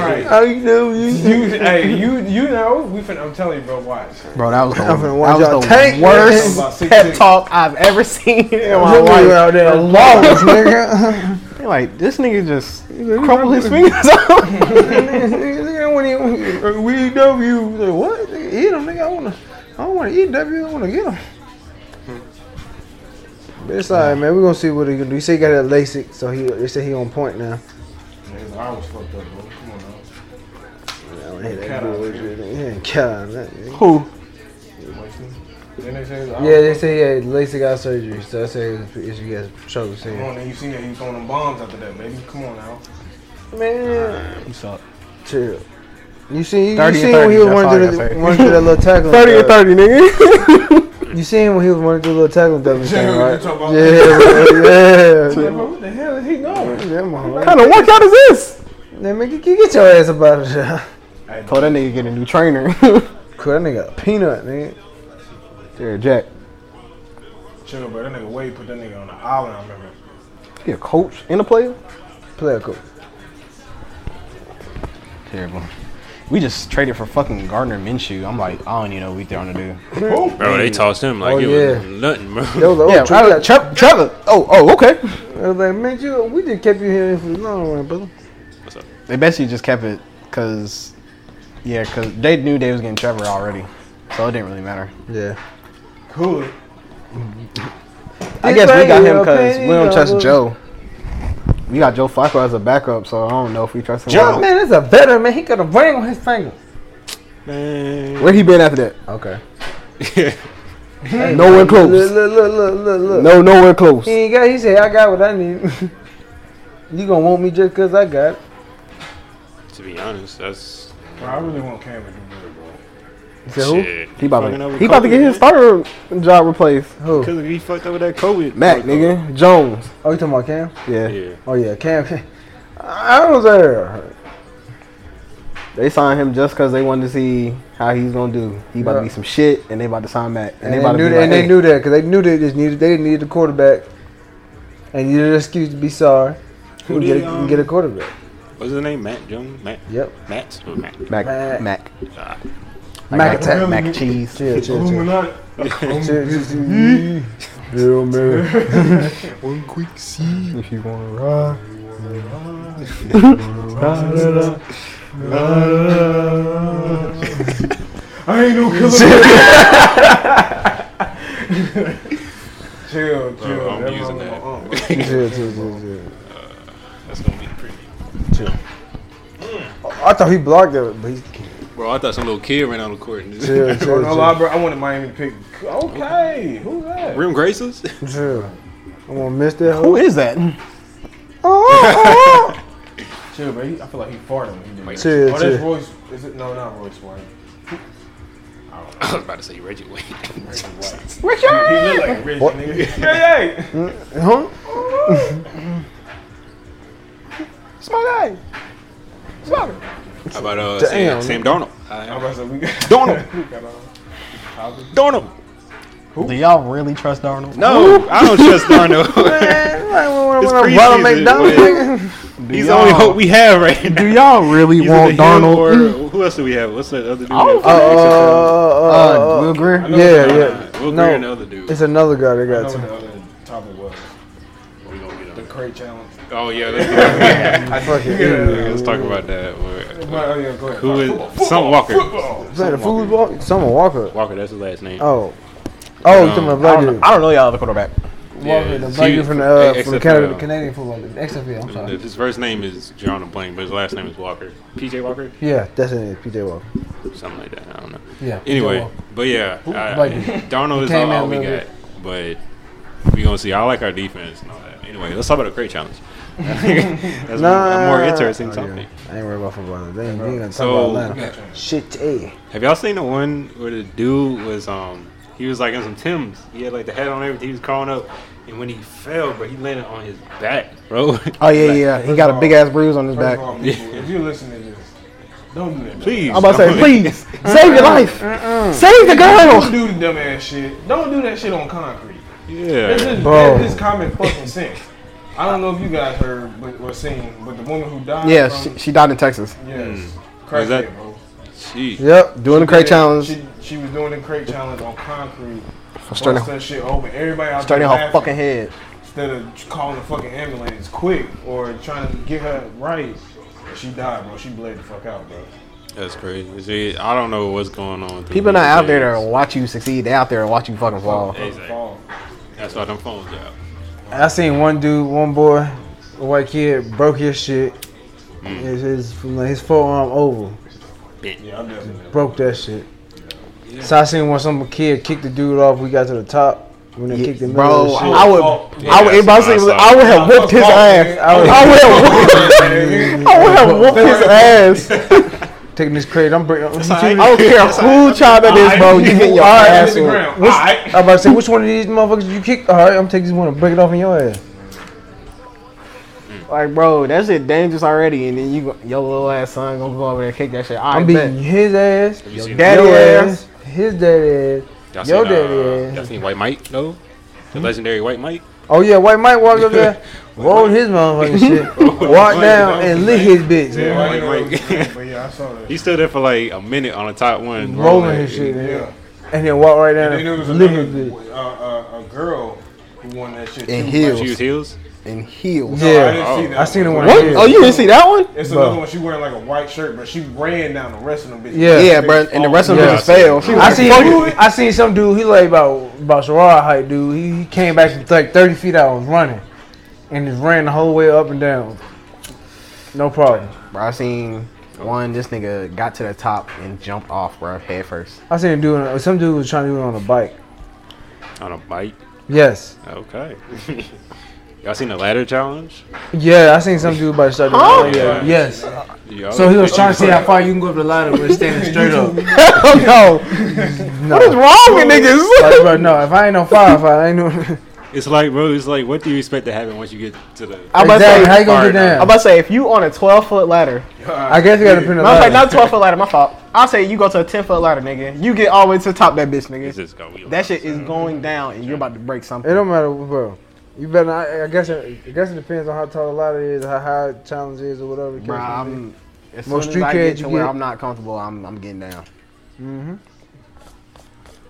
S4: Right.
S5: E IEW.
S4: (laughs) you, hey, you, you know, we fin- I'm telling you, bro. Watch.
S3: bro, that was (laughs) the,
S5: I'm finna watch
S3: that
S5: y'all
S3: was the
S5: tank.
S4: About
S3: worst
S4: six
S3: pep
S4: six.
S3: talk I've ever (laughs) seen in my
S5: Look at you
S3: life.
S5: out there, lawless nigga.
S3: They're Like this nigga just crumpled his fingers (laughs) up.
S5: Nigga, (laughs) when he-
S4: (laughs)
S5: when he- we eat W, like, what? Nigga, eat him, nigga. I wanna, I don't wanna eat W. I wanna get him. But it's alright, man. We gonna see what he can do. He said he got that LASIK, so he they say he on point now.
S4: Niggas, I was fucked up, bro. Come on, now.
S5: I wanna hit that
S4: Cat
S5: bullshit. He ain't cat, nothing.
S3: Who?
S4: Winston. Then they say,
S5: Yeah, they say he had LASIK eye surgery, so I say it's he has trouble
S4: Come on,
S5: seeing.
S4: now. You seen that he was throwing them bombs after that, baby. Come on now.
S5: Man,
S3: You suck.
S5: chill. You see, you
S3: 30 and
S5: seen when he was
S3: 30,
S5: running
S3: that's
S5: through,
S3: all I
S5: the,
S3: gotta say.
S5: running through that little tackle.
S3: Thirty or
S5: uh,
S3: thirty, nigga. (laughs)
S5: You seen when he was running through the little tackle and everything,
S4: (laughs) Yeah, we
S5: right?
S4: talking about
S5: Yeah, (laughs) yeah.
S4: Like, bro, what the hell is he doing?
S5: Yeah, man.
S3: kind of workout is this?
S5: Then make you get your ass up out of there. (laughs)
S3: Told that nigga get a new trainer. (laughs)
S5: Cool, that nigga a peanut, nigga.
S3: Jared Jack.
S4: Chill, bro. That nigga Wade put that nigga on the island. I remember.
S3: He a coach and a player?
S5: Player coach.
S3: Terrible. We just traded for fucking Gardner Minshew. I'm like, I don't even know what we trying to do.
S1: Bro, they tossed him like
S5: Oh,
S1: it
S5: yeah.
S1: was nothing, bro. (laughs)
S5: That was like, oh,
S3: yeah,
S5: Trevor,
S3: I, Tre- Trevor. Oh, oh, okay.
S5: I was like, man, you, we just kept you here for the long run, brother.
S3: They basically just kept it because, yeah, because they knew they was getting Trevor already, so it didn't really matter.
S5: Yeah.
S4: Cool.
S3: I guess we got him because we don't trust Joe. We got Joe Flacco as a backup, so I don't know if we trust him.
S1: Joe!
S5: Man, that's a better man. He got a ring on his finger.
S1: Man.
S3: Where he been after that?
S5: Okay.
S3: Nowhere
S5: Look,
S3: close.
S5: look, look, look, look, look.
S3: No, nowhere close.
S5: He ain't got. He said, "I got what I need." (laughs) you gonna want me just 'cause I got it?
S1: to be honest, that's
S4: Bro, I really want Cam to do good, bro.
S5: He said, who?
S1: shit.
S3: He about,
S1: Fucking over
S3: to, he about to get
S1: Kobe,
S3: his starter job replaced.
S5: Who?
S1: Cause he fucked up with that COVID.
S3: Mac,
S1: protocol.
S3: nigga. Jones.
S5: Oh, you talking about Cam?
S3: Yeah.
S1: Yeah.
S5: Oh yeah, Cam. (laughs) Cam. I was there.
S3: They signed him just because they wanted to see how he's going to do. He about
S5: Yeah.
S3: to be some shit, and they about to sign Mac.
S5: And,
S3: And, they
S5: they,
S3: about
S5: knew that,
S3: to be like,
S5: and they
S3: hey.
S5: knew that because they knew they just needed they didn't need a quarterback, and you did an excuse to be sorry.
S1: Who
S5: and
S1: did,
S5: get, a,
S1: um,
S5: get a quarterback.
S1: What's his name? Matt Jones? Matt?
S3: (laughs)
S5: Yep.
S1: Matt? Oh, Matt.
S3: Mac.
S5: Mac.
S3: Mac.
S1: Ah.
S3: I
S5: Mac
S3: got
S5: attack.
S3: Mac cheese.
S5: Chill, chill, chill.
S3: uh,
S4: Illuminati.
S5: chill, chill, chill. (laughs) Real
S3: (laughs)
S5: man.
S1: One quick scene.
S3: If you want to rock.
S4: I ain't no
S5: (laughs)
S4: killer. chill, chill.
S1: Bro, I'm
S4: That's
S1: using
S4: my-
S1: that.
S4: uh,
S5: Chill, chill, chill, chill.
S1: That's gonna be pretty.
S5: I thought he blocked it,
S3: (laughs)
S5: but he
S1: Bro, I thought some little kid ran on the court. And
S5: chill,
S1: just,
S5: chill,
S4: No lie,
S5: chill.
S4: bro. I wanted Miami to pick. Okay, who's
S1: (laughs)
S4: that?
S1: Rim
S5: (laughs)
S1: Graces?
S5: chill. I'm gonna miss that.
S3: Who
S5: Who? (laughs)
S3: is that?
S5: Oh,
S4: Chill, bro. He- I feel like he farted when he did that.
S5: Chill,
S4: oh,
S5: chill.
S4: that's Royce. Is it? No, not Royce White.
S1: I was about to say Reggie Wayne.
S4: He look like rich
S5: (laughs)
S4: nigga. Hey, hey.
S5: Huh?
S1: How about uh, Sam,
S5: Damn. Uh,
S1: Sam Darnold?
S4: I'm about to say we got.
S1: Darnold!
S4: (laughs) we got all-
S1: Darnold!
S3: Do y'all really trust Darnold?
S1: No, I don't trust
S5: (laughs)
S1: Darnold.
S5: Man, like when,
S1: It's
S5: when I'm Ronald
S1: preseason,
S5: (laughs)
S1: (laughs)
S5: McDonald.
S3: (laughs)
S1: He's the only hope
S5: (laughs)
S1: we have right now.
S3: Do y'all really
S1: He's
S3: want
S1: either him or-
S3: Darnold?
S1: Who else do we have? What's that other dude?
S3: don't
S5: Uh, uh,
S3: Uh, Will
S5: uh,
S3: Greer?
S5: yeah, yeah.
S1: We'll
S5: No.
S1: no. the other dude.
S5: It's another guy they
S4: I know
S5: got
S4: what
S5: too.
S4: the other topic was.
S1: We gonna get
S4: The
S1: on.
S4: crate challenge.
S1: Oh, yeah.
S5: (laughs)
S1: Let's, get on.
S5: Fucking
S1: Yeah, let's talk about that. We're-
S4: Well, oh, yeah, go ahead.
S1: Who is
S4: Football,
S1: Son Walker?
S4: football.
S5: Is that a foosball? Someone Walker.
S1: Walker, that's his last name.
S5: Oh. Oh,
S1: Um,
S5: you talking about
S3: I
S5: black
S3: don't,
S5: dude.
S3: I don't know y'all other quarterback.
S5: Walker, the
S1: Yeah,
S5: black
S1: he-
S5: dude from the,
S3: eh,
S5: uh,
S1: X-
S5: from the
S1: XFL.
S5: Canada, Canadian football league. XFL, I'm sorry.
S1: His first name is John the Blank, but his last name is Walker. PJ Walker?
S5: Yeah, that's it. it's PJ Walker.
S1: Something like that. I don't know.
S5: Yeah. PJ
S1: Anyway,
S5: Walker.
S1: but yeah, I,
S5: Like-
S1: Darnold is
S5: came
S1: all, all
S5: in
S1: we
S5: a
S1: got.
S5: little
S1: But we gonna see. I like our defense and all that. Anyway, let's talk about a great challenge. (laughs) That's
S5: Nah.
S1: a more interesting
S5: Oh,
S1: topic.
S5: yeah. I ain't worried about football. They ain't, we ain't gonna talk
S1: So-
S5: about Atlanta. Shit, eh. hey.
S1: Have y'all seen the one where the dude was um he was like in some Tim's. He had like the hat on and everything, he was crawling up and when he fell, bro, he landed on his back, bro.
S3: Oh, yeah, yeah. He got a
S4: all,
S3: big ass bruise on his
S4: First
S3: back.
S4: of all,
S1: Yeah.
S4: people, if you listen to this, don't do that.
S1: (laughs)
S4: bro.
S1: Please.
S3: I'm about to say,
S1: don't-
S3: please, save your life. Save the
S4: Don't
S3: girl.
S4: do the dumbass shit. Don't do that shit on concrete. That's
S1: Yeah.
S4: just,
S5: Bro.
S4: that's just common fucking sense. I don't know if you guys heard but, or seen, but the woman who died.
S3: Yeah,
S4: from,
S3: she, she died in Texas.
S4: yes.
S1: Was
S4: Crash
S1: that-
S4: that, bro.
S1: Jeez.
S5: Yep.
S3: Doing the crate
S4: Yeah,
S3: challenge.
S4: She, she was doing the crate challenge on concrete.
S3: starting-
S4: Starting that shit over. Everybody out
S3: Starting
S4: there
S3: her
S4: laughing
S3: fucking head.
S4: instead of calling the fucking ambulance quick or trying to get her right. She died, bro. She bled the fuck out, bro.
S1: That's crazy. See, I don't know what's going on. with
S3: People
S1: these
S3: not out there
S1: kids.
S3: to watch you succeed. They out there to watch you fucking fall.
S1: Hey, Zach.
S4: Fall.
S1: That's why them phones are out.
S5: I seen one dude, one boy, a white kid, broke his shit.
S3: Mm.
S5: His, his, from like his forearm over.
S4: Yeah, I'm definitely.
S5: Broke that shit. So I seen when some kid kicked the dude off. We got to the top. When they
S3: Yeah,
S5: kicked him,
S3: bro,
S5: out of
S3: I would,
S4: Oh,
S3: (laughs) I would,
S1: yeah,
S3: if I,
S1: that's
S3: seen-
S1: what I
S3: I would have whooped his
S4: Oh,
S3: ass.
S4: man.
S3: I would have,
S4: Man,
S3: I would have whooped his ass.
S5: shit. taking this crate. I'm breaking. I'm
S1: all right.
S5: (laughs)
S3: I don't care who child that is, bro. You get your
S4: Alright,
S3: ass
S4: hit the
S3: whooped.
S4: ground. Alright.
S5: about to say which one of these motherfuckers you kicked. All right, I'm taking this one and break it off in your ass.
S3: Like, bro, that shit dangerous already, and then you, go- your little ass son gonna go over there and kick that shit. I
S5: I'm
S3: bet.
S5: beating his ass,
S1: Have you seen
S3: dad-
S1: that?
S5: daddy
S3: Your
S5: ass, his daddy ass.
S1: Y'all
S5: Yo,
S1: seen, uh,
S5: daddy.
S1: y'all seen White Mike? No. The legendary White Mike.
S5: Oh yeah, White Mike walked
S1: (laughs)
S5: up there, rolled his motherfucking shit, walked down and lick his bitch,
S4: (laughs) Yeah,
S5: man.
S4: I know
S1: Mike.
S4: what you're saying, But yeah, I saw that.
S1: He stood there for like a minute on the top one,
S5: rolling his shit,
S4: Yeah.
S5: man. and then walked right down
S4: And then there was
S5: and lick his bitch.
S4: another, uh, uh, a girl who won that shit.
S3: And
S4: too.
S3: healed.
S1: She was heels.
S3: and heels.
S4: No, I
S5: Yeah.
S4: didn't see that.
S5: I seen the one.
S3: What?
S5: here.
S3: Oh, you didn't see that one?
S4: It's
S5: Bro.
S4: another one. She wearing like a white shirt, but she ran down the rest of them bitches.
S5: Yeah.
S3: Yeah,
S5: Yeah,
S3: bro. And the rest of them
S5: Yeah.
S3: just failed. She was
S5: I
S3: like,
S5: seen
S3: "Fuck it."
S5: I seen some dude. He like about about Sharad height dude. He, he came back from like thirty feet out and was running, and just ran the whole way up and down. No problem.
S3: Bro, I seen one. This nigga got to the top and jumped off, bro, head first.
S5: I seen him doing. Some dude was trying to do it on a bike.
S1: On a bike.
S5: Yes.
S1: Okay. (laughs) Y'all seen the ladder challenge?
S5: Yeah, I seen some dude about to start doing
S3: Huh?
S5: it. Yeah. Yes.
S1: Y'all-
S5: So he was trying to see how far you can go up the ladder with
S3: (laughs)
S5: standing straight up. (laughs)
S3: oh no! What is wrong with niggas?
S5: Like, bro, no, if I ain't on fire, if I ain't no.
S1: It's like, bro. It's like, what do you expect to happen once you get to the?
S3: I'm about to
S5: Exactly,
S3: say,
S5: how you gonna get
S3: I'm
S5: down?
S3: about to say, if you on a 12 foot ladder,
S5: I guess you gotta put in a
S3: matter of
S5: ladder.
S3: fact, not 12 foot ladder, my fault. I'll say you go to a 10 foot ladder, nigga. You get all the way to the top of that bitch,
S1: It's
S3: nigga.
S1: just gonna be
S3: That shit is going down, and you're about to break
S5: It
S3: something.
S5: don't matter, bro. You better. I, I guess. It, I guess it depends on how tall the ladder is, how high the challenge is, or whatever.
S3: Bro, I'm. As soon
S5: Most
S3: as
S5: street
S3: I
S5: kids
S3: get to
S5: you
S3: where
S5: get-
S3: I'm not comfortable, I'm, I'm getting down.
S5: Mm-hmm.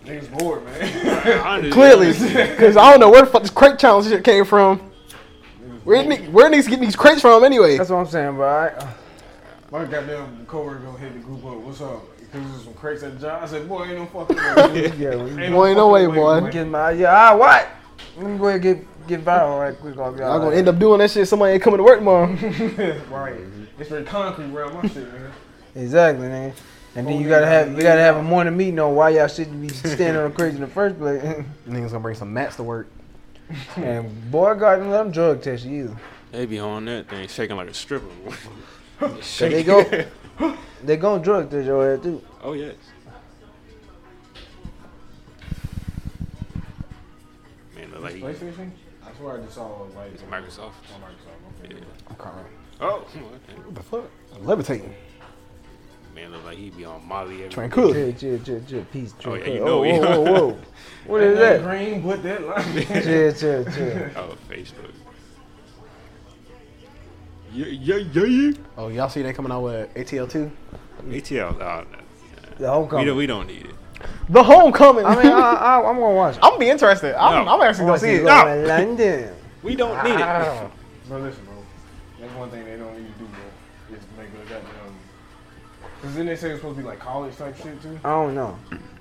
S4: Niggas bored, man. (laughs)
S1: Honestly,
S3: (laughs) Clearly, because I don't know where the fuck this crate challenge shit came from. Where ni- where niggas getting these crates from anyway?
S5: That's what I'm saying, bro. I, (laughs)
S4: My goddamn coworker gonna hit the group up. What's up? Because there's some crates at the job. I said, boy, ain't no fucking
S3: (laughs)
S4: way.
S5: yeah, we
S4: Ain't
S3: Boy, ain't
S4: fucking
S3: no way, boy. (laughs)
S4: boy.
S5: get my yeah. Ah, what? Let me go ahead and get get viral right quick off y'all.
S3: I'm gonna end up doing that shit. Somebody ain't coming to work tomorrow. (laughs)
S4: (laughs) Right. It's been concrete around my shit, man.
S5: Exactly, man. And then you gotta have you gotta have a morning meeting on why y'all shouldn't be (laughs) standing on crazy in the first place. (laughs)
S3: Niggas gonna bring some mats to work.
S5: and boy, God, didn't let them drug test you either.
S1: They be on that thing shaking like a stripper. (laughs) boy.
S5: 'Cause They go,
S1: (laughs)
S5: they gonna drug test your ass
S3: (laughs)
S5: too.
S1: Oh yes. Man, look like he-
S4: PlayStation? I swear I just saw like
S1: it's Microsoft.
S4: on Microsoft. Okay.
S1: Oh, okay.
S3: The fuck? Levitating.
S1: (laughs) man, look like he be on Molly every.
S3: Tranquility.
S5: Chill, chill, chill, chill. Peace, chill.
S1: Oh, yeah, you
S5: chill.
S1: know
S5: whoa,
S1: it.
S5: whoa,
S1: (laughs)
S5: whoa, whoa. What is
S4: That
S5: that?
S4: green, put that
S5: (laughs)
S4: line.
S5: Chill, chill, chill.
S1: Oh, Facebook. Yeah, yeah, yeah,
S3: Oh, y'all see they coming out with ATL two?
S1: yeah. ATL. Oh, no.
S5: The
S1: We
S5: homecoming.
S1: don't. We don't need it.
S3: The homecoming.
S5: I mean, I, I, I'm gonna watch. it.
S3: (laughs) I'm gonna be interested. I'm,
S1: No.
S3: I'm actually gonna
S5: Unless
S3: see
S5: you
S3: it. Ah.
S5: go
S1: No.
S5: to London.
S1: We don't need it.
S4: bro, listen, bro. That's one thing they don't need to do, bro. Is make a goddamn. Because then they say it's supposed to be like college type shit, too.
S5: I don't know.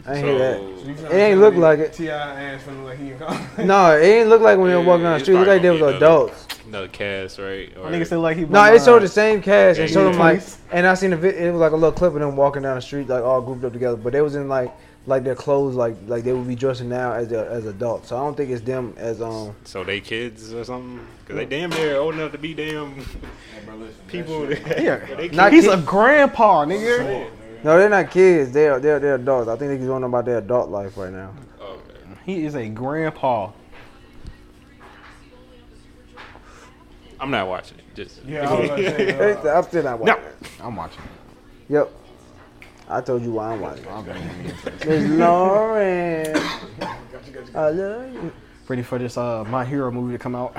S5: I ain't hear that.
S1: So,
S4: So you trying
S5: It
S4: to tell
S5: ain't look
S4: me
S5: like it.
S4: T.I. ass feeling like he in college. (laughs)
S5: No, it ain't look like when they were walking down the
S1: It's
S5: street. It looked like they
S1: probably
S5: was
S1: gonna be another-
S5: adults.
S1: another cast, right? Or,
S3: Niggas still like he.
S5: No, it showed the same cast. It
S1: Yeah,
S5: showed
S1: yeah.
S5: them like, and I seen a vid- it was like a little clip of them walking down the street, like all grouped up together. But they was in like, like their clothes, like like they would be dressing now as a, as adults. So I don't think it's them as um.
S1: so they kids or something? Cause they damn near old enough to be (laughs) damn
S4: Hey, bro, listen. that
S1: people.
S4: shit-
S1: that-
S3: (laughs) Yeah.
S1: they
S5: Not
S1: kids.
S3: He's
S5: kid-
S3: a grandpa, nigga.
S5: No, they're not kids. They are they're they're adults. I think they're going about their adult life right now.
S1: Oh, okay.
S3: He is a grandpa.
S1: I'm not watching it. Just
S4: Yeah,
S5: (laughs)
S4: I was gonna say, uh,
S5: Hey, I'm still not watching. it.
S3: I'm watching.
S5: Yep. I told you why I'm watching.
S1: (laughs)
S5: it. Miss Lauren, I love you.
S3: Ready for this uh My Hero movie to come out? (sighs)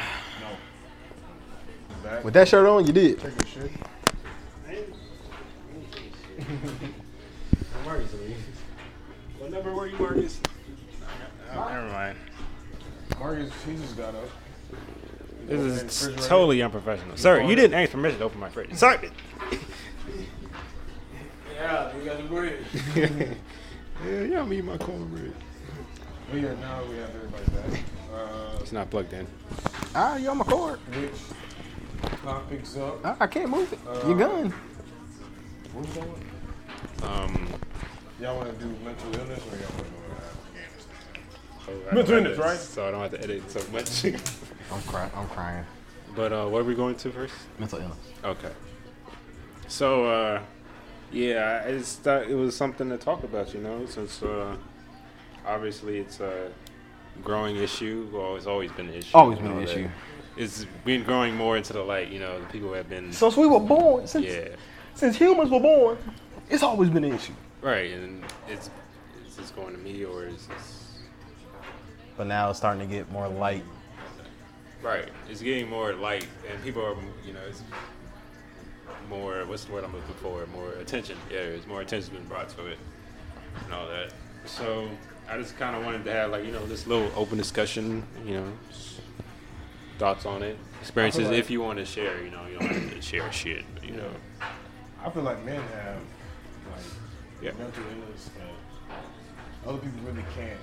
S4: Back.
S3: With that shirt on, you did.
S4: Chicken shit.
S1: What number were you, Marcus? Oh, never mind.
S4: Marcus, he just got up.
S1: This is
S4: Refrigerator.
S1: totally unprofessional. Sir, you didn't ask permission to open my fridge. Sorry.
S4: Yeah, we got the bread.
S1: (laughs) Yeah, y'all need my cornbread.
S4: (laughs) We are now, we have everybody back. Uh,
S1: It's not plugged in.
S3: Ah, you on my cord?
S4: which clock picks up.
S3: Ah, I can't move it.
S4: Uh,
S3: Your gun.
S4: What's going on?
S1: Um,
S4: Y'all want to do mental illness or y'all want to go to Afghanistan?
S1: I'd
S4: doing
S1: like
S4: this,
S1: to-
S4: right?
S1: So I don't have to edit so much. (laughs)
S3: I'm crying. I'm crying.
S1: but uh, what are we going to first?
S3: Mental illness.
S1: Okay. So, uh, yeah, I just thought it was something to talk about, you know, since uh, obviously it's a growing issue. Well, it's always been an issue.
S3: Always
S1: you
S3: been
S1: know,
S3: an
S1: that
S3: issue.
S1: It's been growing more into the light, you know, the people who have been.
S3: Since we were born, since
S1: yeah.
S3: since humans were born, it's always been an issue.
S1: Right, and it's is this going to me or is this
S3: But now it's starting to get more light.
S1: right? It's getting more light, and people are you know it's more what's the word I'm looking for? More attention. Yeah, there's more attention being brought to it and all that. So I just kind of wanted to have like you know this little open discussion, you know, s- thoughts on it, experiences if you want to share. You know, you don't have to share shit. but, You know,
S4: I feel like men have like
S1: Yeah.
S4: mental illness that other people really can't.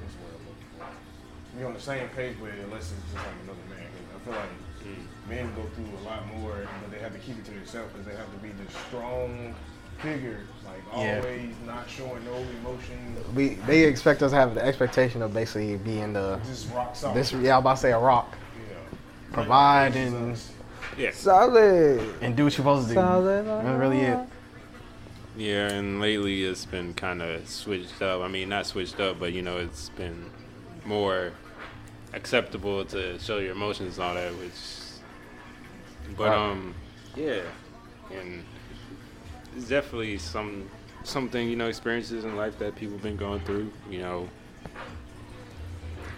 S4: What's the word I'm looking for? We on the same page, but unless it's just like another man. 'Cause I feel like men go through a lot more, but they have to keep it to themselves because they have to be this strong figure, like
S3: Yeah.
S4: always not showing no emotion,
S3: We they expect us to have the expectation of basically being the
S4: just rock solid.
S3: this. Yeah, I'm about to say a rock,
S4: you know.
S3: provide and
S1: yeah,
S5: Solid.
S3: and do what you're supposed to do.
S5: Solid.
S3: That's really it.
S1: yeah. And lately, it's been kind of switched up. I mean, not switched up, but you know, it's been more acceptable to show your emotions and all that. Which, but
S3: Right.
S1: um, yeah, and it's definitely some something you know experiences in life that people been going through. You know,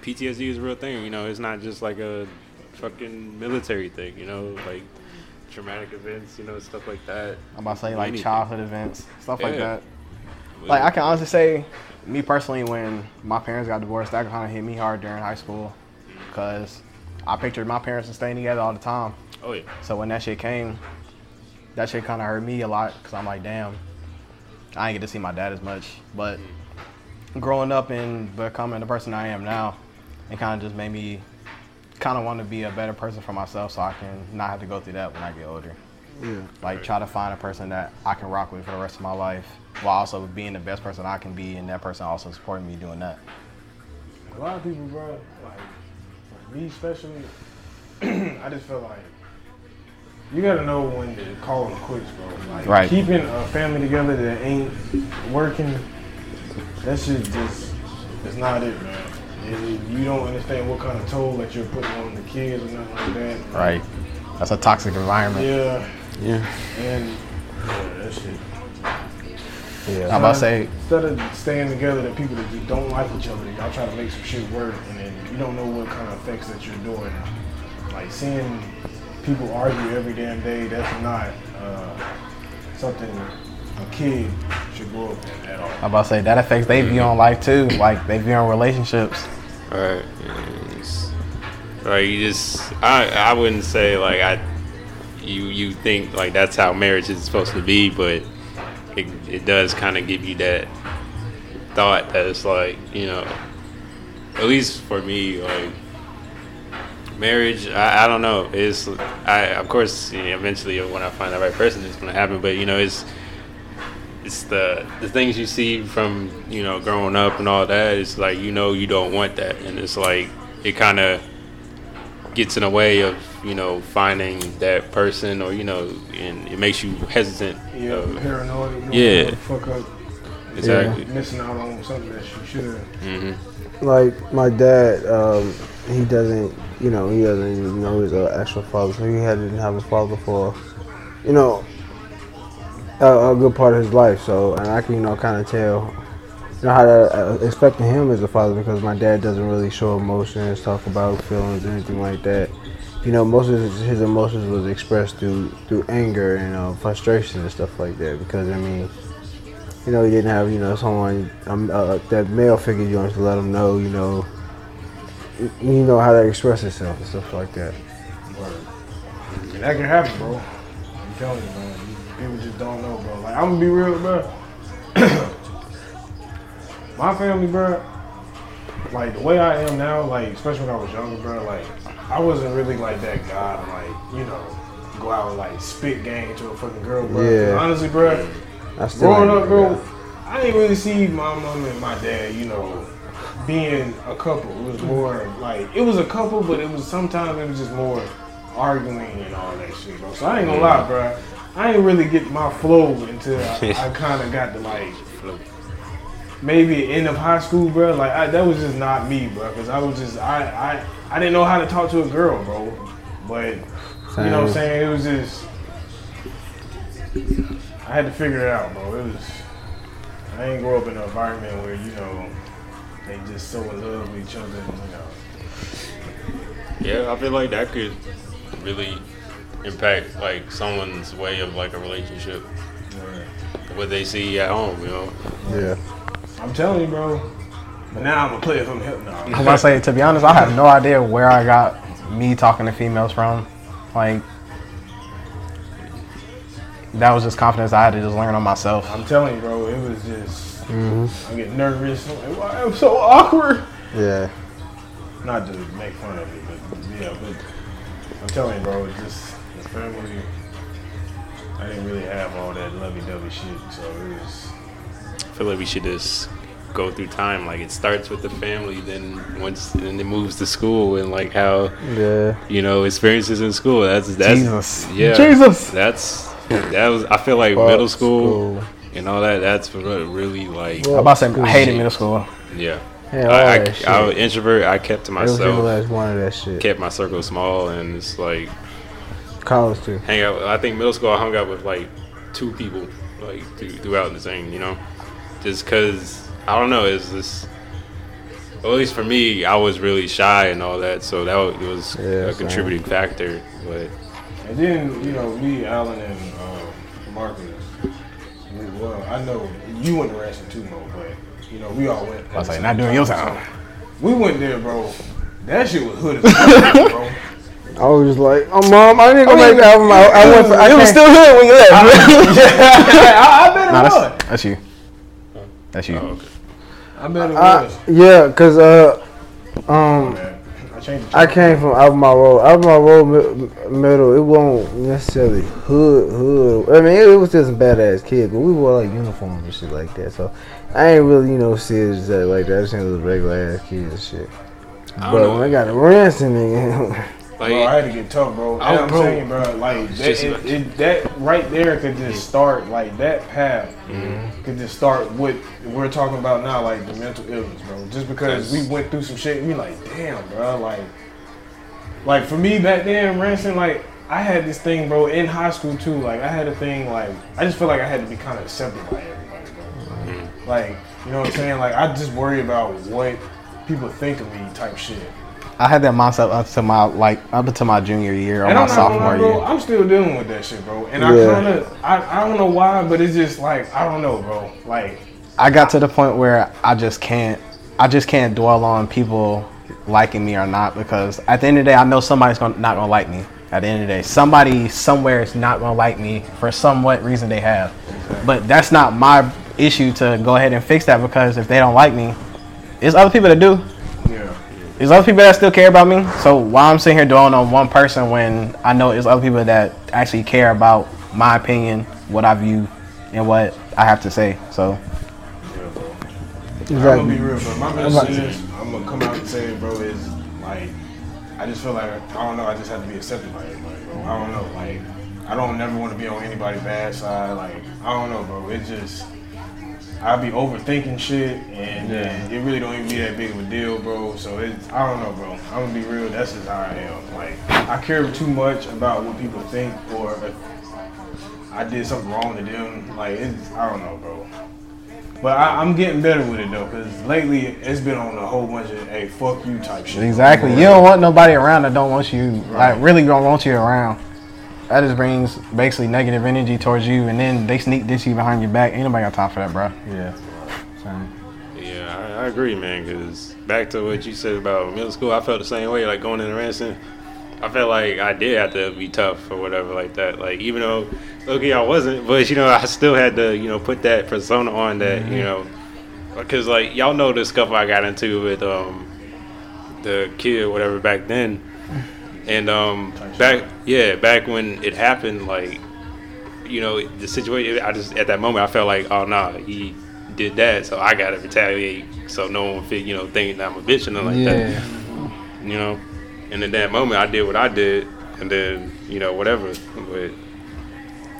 S1: PTSD is a real thing. You know, it's not just like a fucking military thing. You know, like traumatic events. You know, stuff like that.
S3: I'm about to say like
S1: Anything.
S3: childhood events, stuff like
S1: Yeah.
S3: that. Like I can honestly say, me personally, when my parents got divorced, that kind of hit me hard during high school, cause I pictured my parents and staying together all the time.
S1: Oh yeah.
S3: So when that shit came, that shit kind of hurt me a lot because I'm like, damn, I ain't get to see my dad as much. But growing up and becoming the person I am now, it kind of just made me kind of want to be a better person for myself so I can not have to go through that when I get older.
S5: Yeah.
S3: Like, try to find a person that I can rock with for the rest of my life while also being the best person I can be and that person also supporting me doing that.
S4: A lot of people, bro, like, like me especially, (clears throat) I just feel like you gotta know when to call it quits, bro. Like,
S3: Right.
S4: keeping a family together that ain't working, that shit just, it's not it, man. And you don't understand what kind of toll that you're putting on the kids or nothing like that.
S3: Right. That's a toxic environment.
S4: Yeah,
S5: Yeah.
S4: and yeah, that shit.
S3: I'm about to say,
S4: Instead of staying together, the people that just don't like each other, y'all try to make some shit work, and then you don't know what kind of effects that you're doing. Like seeing people argue every damn day, that's not uh, something a kid should grow up in at all.
S3: I'm about to say that affects they view on life too, like they view on relationships.
S1: Right. Right. You just I I wouldn't say like I you you think like that's how marriage is supposed to be, but it it does kind of give you that thought that it's like you know at least for me like marriage I, I don't know it's I of course you know, eventually when I find the right person it's gonna happen but you know it's it's the the things you see from you know growing up and all that it's like you know you don't want that and it's like it kind of gets in the way of you know finding that person or you know and it makes you hesitant
S4: Yeah,
S1: of-
S4: paranoid. You don't
S1: Yeah.
S4: wanna Fuck up.
S1: exactly
S4: Missing out on something that you should.
S5: Like my dad, um, he doesn't, you know, he doesn't even know his uh, actual father, so he had didn't have his father for, you know, a, a good part of his life. So, and I can, you know, kind of tell, you know, how to uh, expect him as a father because my dad doesn't really show emotions, talk about feelings, or anything like that. You know, most of his, his emotions was expressed through through anger and uh, frustration and stuff like that. Because I mean, you know, he didn't have, you know, someone, um, uh, that male figure you want to let him know, you know, y- you know how to express himself and stuff like that.
S4: And that can happen, bro. I'm telling you, man. People just don't know, bro. Like, I'm gonna be real, bro. (clears throat) My family, bro, like, the way I am now, like, especially when I was younger, bro, like, I wasn't really like that guy to, like, you know, go out and, like, spit game to a fucking girl, bro. 'Cause
S5: Yeah.
S4: Honestly, bro,
S5: I still
S4: growing
S5: ain't
S4: up,
S5: doing
S4: bro, I didn't really see my mom and my dad, you know, being a couple. It was more like it was a couple, but it was sometimes it was just more arguing and all that shit, bro. So I ain't gonna lie, bro. I ain't really get my flow
S5: (laughs)
S4: until I, I kind of got to like maybe end of high school, bro. Like I, that was just not me, bro, because I was just I, I I didn't know how to talk to a girl, bro. But you know what I'm
S5: Same.
S4: saying? It was just I had to figure it out, bro. It was I ain't grow up in an environment where you know they just so in love with each other, you know.
S1: Yeah, I feel like that could really impact like someone's way of like a relationship, what they see at home. You know,
S5: Yeah.
S4: I'm telling you, bro. But now I'm a player from hip now.
S3: I'm about to say, to be honest, I have no idea where I got me talking to females from. Like, that was just confidence I had to just learn on myself.
S4: I'm telling you, bro, it was just I get nervous. I'm like, why I'm so awkward.
S5: Yeah.
S4: Not to make fun of it, but yeah, but I'm telling you, bro, it's just the family. I didn't really have all that lovey-dovey shit, so it was.
S1: I feel like we should just go through time. Like it starts with the family, then once and then it moves to school and like how
S5: Yeah.
S1: you know experiences in school. That's that's
S3: Jesus.
S1: yeah,
S3: Jesus.
S1: That's that was. I feel like
S5: Fuck
S1: middle school, and all that. That's what really like
S3: I'm about to say, I hated middle school.
S1: yeah.
S5: Yeah, all
S1: I, I,
S5: that shit.
S1: I was introvert. I kept to
S5: Every single
S1: myself.
S5: last one of that shit.
S1: Kept my circle small and it's like
S5: College too.
S1: hang out. I think middle school I hung out with like two people like th- throughout the thing, you know, just because I don't know. Is this well, at least for me? I was really shy and all that, so that wa- was
S5: Yeah,
S1: a
S5: same.
S1: contributing factor. But
S4: And then you know me, Alan, and um, Marcus. We, well, I know you went to Ransom too, Mo, but you know we all went.
S3: I was like, not doing your time.
S4: We went there, bro. That shit was hood as fuck, bro.
S5: I was just like, oh mom, I didn't go make the album. I, I went for. I
S3: It was
S5: can't-
S3: still here when
S5: (laughs)
S3: you left.
S4: I, I bet it
S3: nah,
S4: was.
S3: that's, that's you. That's you.
S1: oh, okay.
S4: I bet it was.
S5: I, yeah, cause uh, um,
S4: Man, I changed the
S5: I came from out my road. Out my road mi- middle. It wasn't necessarily hood hood. I mean, it, it was just badass kid, but we wore like uniforms and shit like that. So I ain't really, you know, serious that like that. I just was regular ass kids and shit.
S1: I
S5: But
S1: don't
S5: when I
S1: know.
S5: got a ransom, (laughs) nigga.
S4: Bro,
S1: Like
S4: I had to get tough, bro.
S1: I was
S4: And I'm
S1: broke.
S4: saying, bro, like that,
S1: just
S4: it,
S1: like-
S4: it- that right there could just start, like that path
S1: Mm-hmm.
S4: could just start what we're talking about now, like the mental illness, bro. Just because we went through some shit, we like, damn, bro, like, like for me back then, Ransom, like I had this thing, bro, in high school too. Like I had a thing, like I just feel like I had to be kind of accepted by everybody, bro.
S1: Mm-hmm.
S4: Like you know what I'm saying? Like I just worry about what people think of me, type shit.
S3: I had that mindset up to my like up until my junior year or
S4: And
S3: my
S4: I'm not gonna
S3: sophomore
S4: lie, bro.
S3: year.
S4: I'm still dealing with that shit, bro. And
S5: Yeah.
S4: I kind of, I, I don't know why, but it's just like I don't know, bro. Like
S3: I got to the point where I just can't I just can't dwell on people liking me or not because at the end of the day I know somebody's gonna, not going to like me. At the end of the day, somebody somewhere is not going to like me for somewhat reason they have. But that's not my issue to go ahead and fix that because if they don't like me, it's other people that do.
S4: yeah,
S3: There's other people that still care about me. So why I'm sitting here dwelling on one person when I know there's other people that actually care about my opinion, what I view, and what I have to say. So
S4: yeah, bro. I'm gonna
S5: Exactly.
S4: be real, bro. My
S5: about
S4: message
S5: to-
S4: is, I'm gonna come out and say, it, bro, is like I just feel like I don't know. I just have to be accepted by everybody, bro. I don't know. Like I don't never want to be on anybody's bad side. Like I don't know, bro. It just I be overthinking shit, and uh, it really don't even be that big of a deal, bro. So it's I don't know, bro. I'm gonna be real. That's just how I am. Like I care too much about what people think, or if I did something wrong to them. Like it's I don't know, bro. But I, I'm getting better with it though, cause lately it's been on a whole bunch of hey fuck you type shit.
S3: exactly, you don't want nobody around that don't want you. Like really don't want you around. That just brings basically negative energy towards you, and then they sneak this you behind your back. Ain't nobody got time for that, bro.
S5: Yeah.
S1: yeah, I, I agree, man. Because back to what you said about middle school, I felt the same way. Like going into Ransom, I felt like I did have to be tough or whatever like that. Like even though okay I wasn't, but you know I still had to you know put that persona on that you know because like y'all know the scuffle I got into with um the kid or whatever back then, and um back yeah back when it happened like you know the situation I just at that moment I felt like oh nah he did that so I gotta retaliate so no one fit you know thinking that I'm a bitch or nothing like that
S5: Yeah.
S1: you know. And in that moment, I did what I did, and then you know whatever. But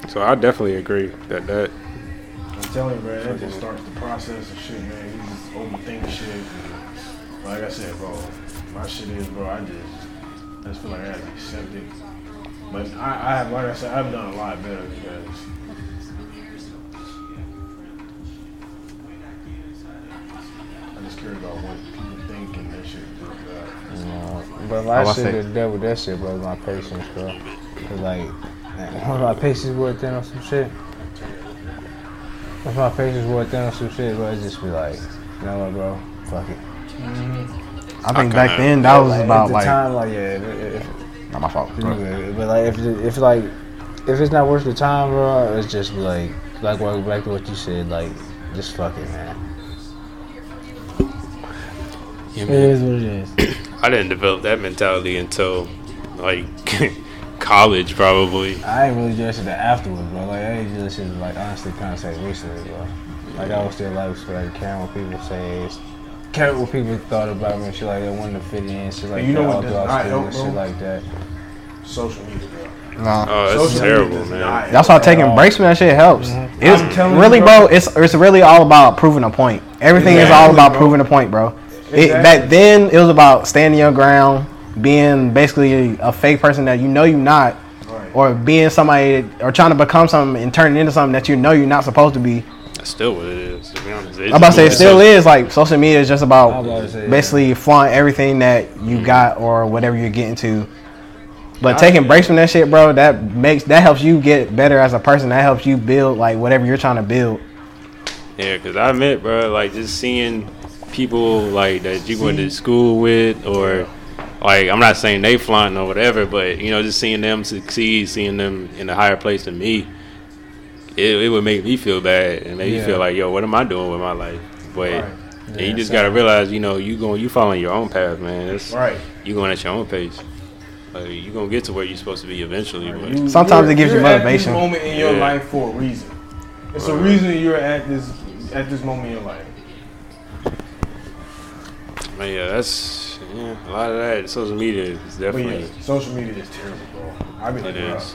S1: so I definitely agree that that
S4: I'm telling you, bro, that just starts the process of shit, man. You just overthink shit. Like I said, bro, my shit is, bro, I just, I just feel like I have to accept it. But I, I have, like I said, I've done a lot better because. I just care about what people think and that shit. Bro.
S5: But
S3: I
S5: last
S3: was
S5: shit,
S3: saying-
S5: the devil, that shit broke my patience, bro. Cause like, (laughs) all my patience wore thin on some shit. If my patience wore thin on some shit, bro, I just be like, you know what, bro? fuck it.
S3: I think
S1: Okay,
S3: back
S1: man.
S3: then that was
S5: Like, at
S3: about
S5: the
S3: like
S5: time, like yeah, if, if,
S3: not my fault.
S5: you good. but like if it- if like if it's not worth the time, bro, it's just like like what- back to what you said, like just fuck it, man.
S1: Yeah,
S5: It
S1: man.
S5: is what it is.
S1: I didn't develop that mentality until like (laughs) college, probably.
S5: I ain't really dressed it afterwards, bro. Like I ain't just shit like honestly kind of say recently, bro. Like I was still like so like caring what people say, it's- caring what people thought about me, and shit like that, wanting to fit in, shit like
S4: And you know
S5: that,
S4: what
S5: all
S4: does
S5: throughout school and
S4: not help, bro?
S5: shit like that.
S4: Social media, bro.
S3: Nah.
S1: Oh, that's
S4: Social media
S1: terrible,
S4: does not
S1: man.
S3: That's why taking breaks from that shit helps. It's
S4: uh, mm-hmm. telling
S3: really,
S4: you,
S3: bro.
S4: bro.
S3: It's it's really all about proving a point. Everything is all
S4: Exactly,
S3: about
S4: bro.
S3: proving a point, bro. It,
S4: Exactly.
S3: back then, it was about standing your ground, being basically a fake person that you know you're not,
S4: Right.
S3: or being somebody that- or trying to become something and turning into something that you know you're not supposed to be.
S1: That's still what it is. To be honest,
S3: I'm about to say it still is like social media is just
S5: I
S3: about
S5: was about to say, yeah.
S3: basically flaunting everything that
S4: Mm.
S3: you got or whatever you're getting to. But taking breaks from that shit, bro, that makes that helps you get better as a person. That helps you build like whatever you're trying to build.
S1: Yeah, because I admit, bro, like just seeing people like that you went to school with, or like I'm not saying they flaunting or whatever, but you know, just seeing them succeed, seeing them in a higher place than me, it, it would make me feel bad and make me
S5: Yeah.
S1: feel like, yo, what am I doing with my life? But
S4: Right.
S1: and you just gotta realize, you know, you going, you following your own path, man. It's,
S4: Right.
S1: You going at your own pace. Like you gonna get to where you're supposed to be eventually. But
S4: You-
S3: Sometimes
S4: you're-
S3: it gives you
S4: you're at this
S3: motivation.
S4: moment in your
S1: Yeah.
S4: life for a reason. It's a reason you're at this at this moment in your life.
S1: man, yeah, that's yeah, a lot of that. Social media is
S4: But
S1: definitely.
S4: yeah, social media is terrible, bro. I'd be like,
S1: It
S4: bro,
S1: is.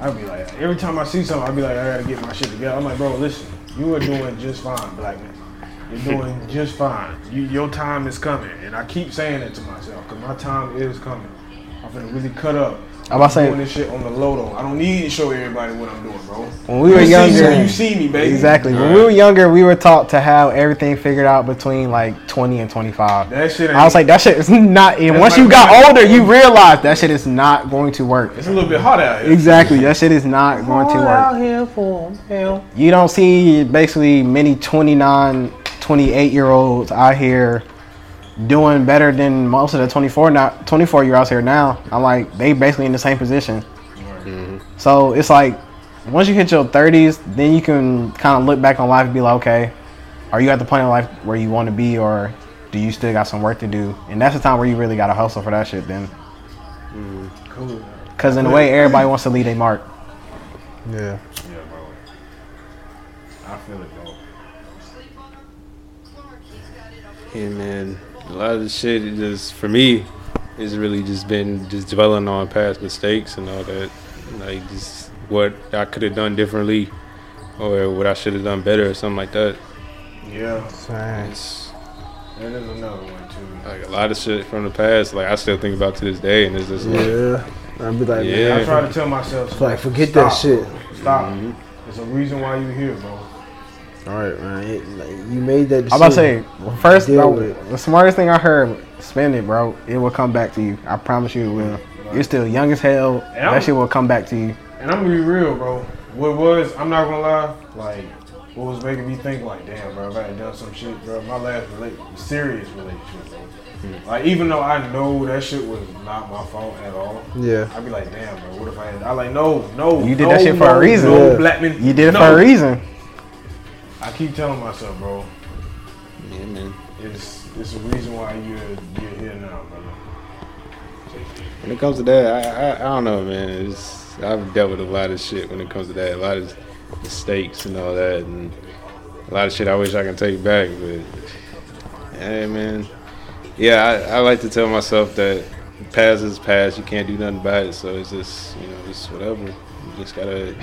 S4: I'd be like, every time I see something, I'd be like, I gotta get my shit together. I'm like, bro, listen, you are doing just fine, black man.
S1: (laughs)
S4: You're doing just fine. You, your time is coming, and I keep saying it to myself because my time is coming. I'm gonna really cut up.
S3: I'm about to say-
S4: doing this shit on the low though. I don't need to show everybody what I'm doing, bro.
S3: When we were
S4: you
S3: younger-
S4: see me, you see me, baby.
S3: Exactly. When we were younger, we were taught to have everything figured out between like 20 and 25.
S4: That shit. Ain't,
S3: I was like, that shit is (laughs) not. And
S4: That's
S3: once
S4: like
S3: you
S4: when
S3: got
S4: I-
S3: older,
S4: (laughs)
S3: you realize that shit is not going to work.
S4: it's a little bit hot out here.
S3: Exactly. That shit is not going to work.
S5: here for hell.
S3: You don't see basically many 29, 28 year olds out here doing better than most of the 24 not 24 year olds here now. I'm like they basically in the same position. So it's like once you hit your 30s, then you can kind of look back on life and be like, okay, are you at the point in life where you want to be, or do you still got some work to do? And that's the time where you really got to hustle for that shit then.
S4: Cool.
S3: Because in a way, everybody wants to leave their mark.
S5: Yeah.
S4: Yeah, bro. I feel it, bro.
S1: Yeah, man. A lot of the shit it just for me it's really just been just dwelling on past mistakes and all that. Like just what I could have done differently or what I should have done better or something like that.
S4: Yeah,
S5: Same.
S1: It's
S4: that is another one too.
S1: like a lot of shit from the past, like I still think about to this day and it's just like
S5: Yeah. I'd be like,
S1: Yeah.
S5: man,
S4: I try to tell myself,
S5: I- like forget
S4: stop,
S5: that shit.
S4: Stop. There's a reason why you're here, bro.
S5: All right, man. It, like, you made that. Decision.
S3: I'm about to say first,
S5: Deal
S3: bro,
S5: with it.
S3: the smartest thing I heard, spend it, bro. It will come back to you. I promise you, it will. You're still young as hell.
S4: Yeah.
S3: That shit will come back to you.
S4: And I'm gonna be real, bro. What was, I'm not gonna lie, like, what was making me think, like, damn, bro, if I had done some shit, bro, my last rela- serious relationship, bro. Like, even though I know that shit was not my fault at all,
S5: Yeah.
S4: I'd be like, damn, bro, what if I had, I like, no, no.
S3: You did
S4: no,
S3: that shit for a
S4: no,
S3: reason.
S4: No,
S5: Yeah.
S4: black man.
S3: You did it
S4: no.
S3: for a reason.
S4: I keep telling myself, bro,
S1: Yeah man.
S4: it's, it's a reason why you're, you're here now, brother.
S1: When it comes to that, I, I, I don't know man. It's I've dealt with a lot of shit when it comes to that. A lot of mistakes and all that and a lot of shit I wish I can take back, but Hey man, yeah, I, I like to tell myself that past is past. You can't do nothing about it. So it's just you know, it's whatever. You just gotta,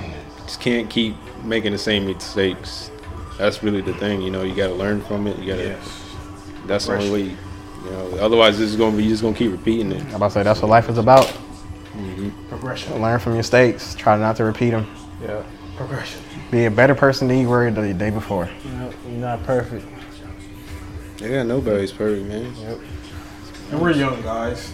S1: just can't keep making the same mistakes. That's really the thing. You know, you gotta learn from it. You gotta.
S4: Yes.
S1: That's the only way. You, you know, otherwise it's gonna be you just gonna keep repeating it.
S3: I'm about to say that's what life is about.
S4: Progression.
S3: Learn from your mistakes. Try not to repeat them.
S4: Yeah. Progression.
S3: Be a better person than you were the day before.
S5: No, You're not perfect.
S1: Yeah, nobody's perfect, man.
S4: And we're young guys.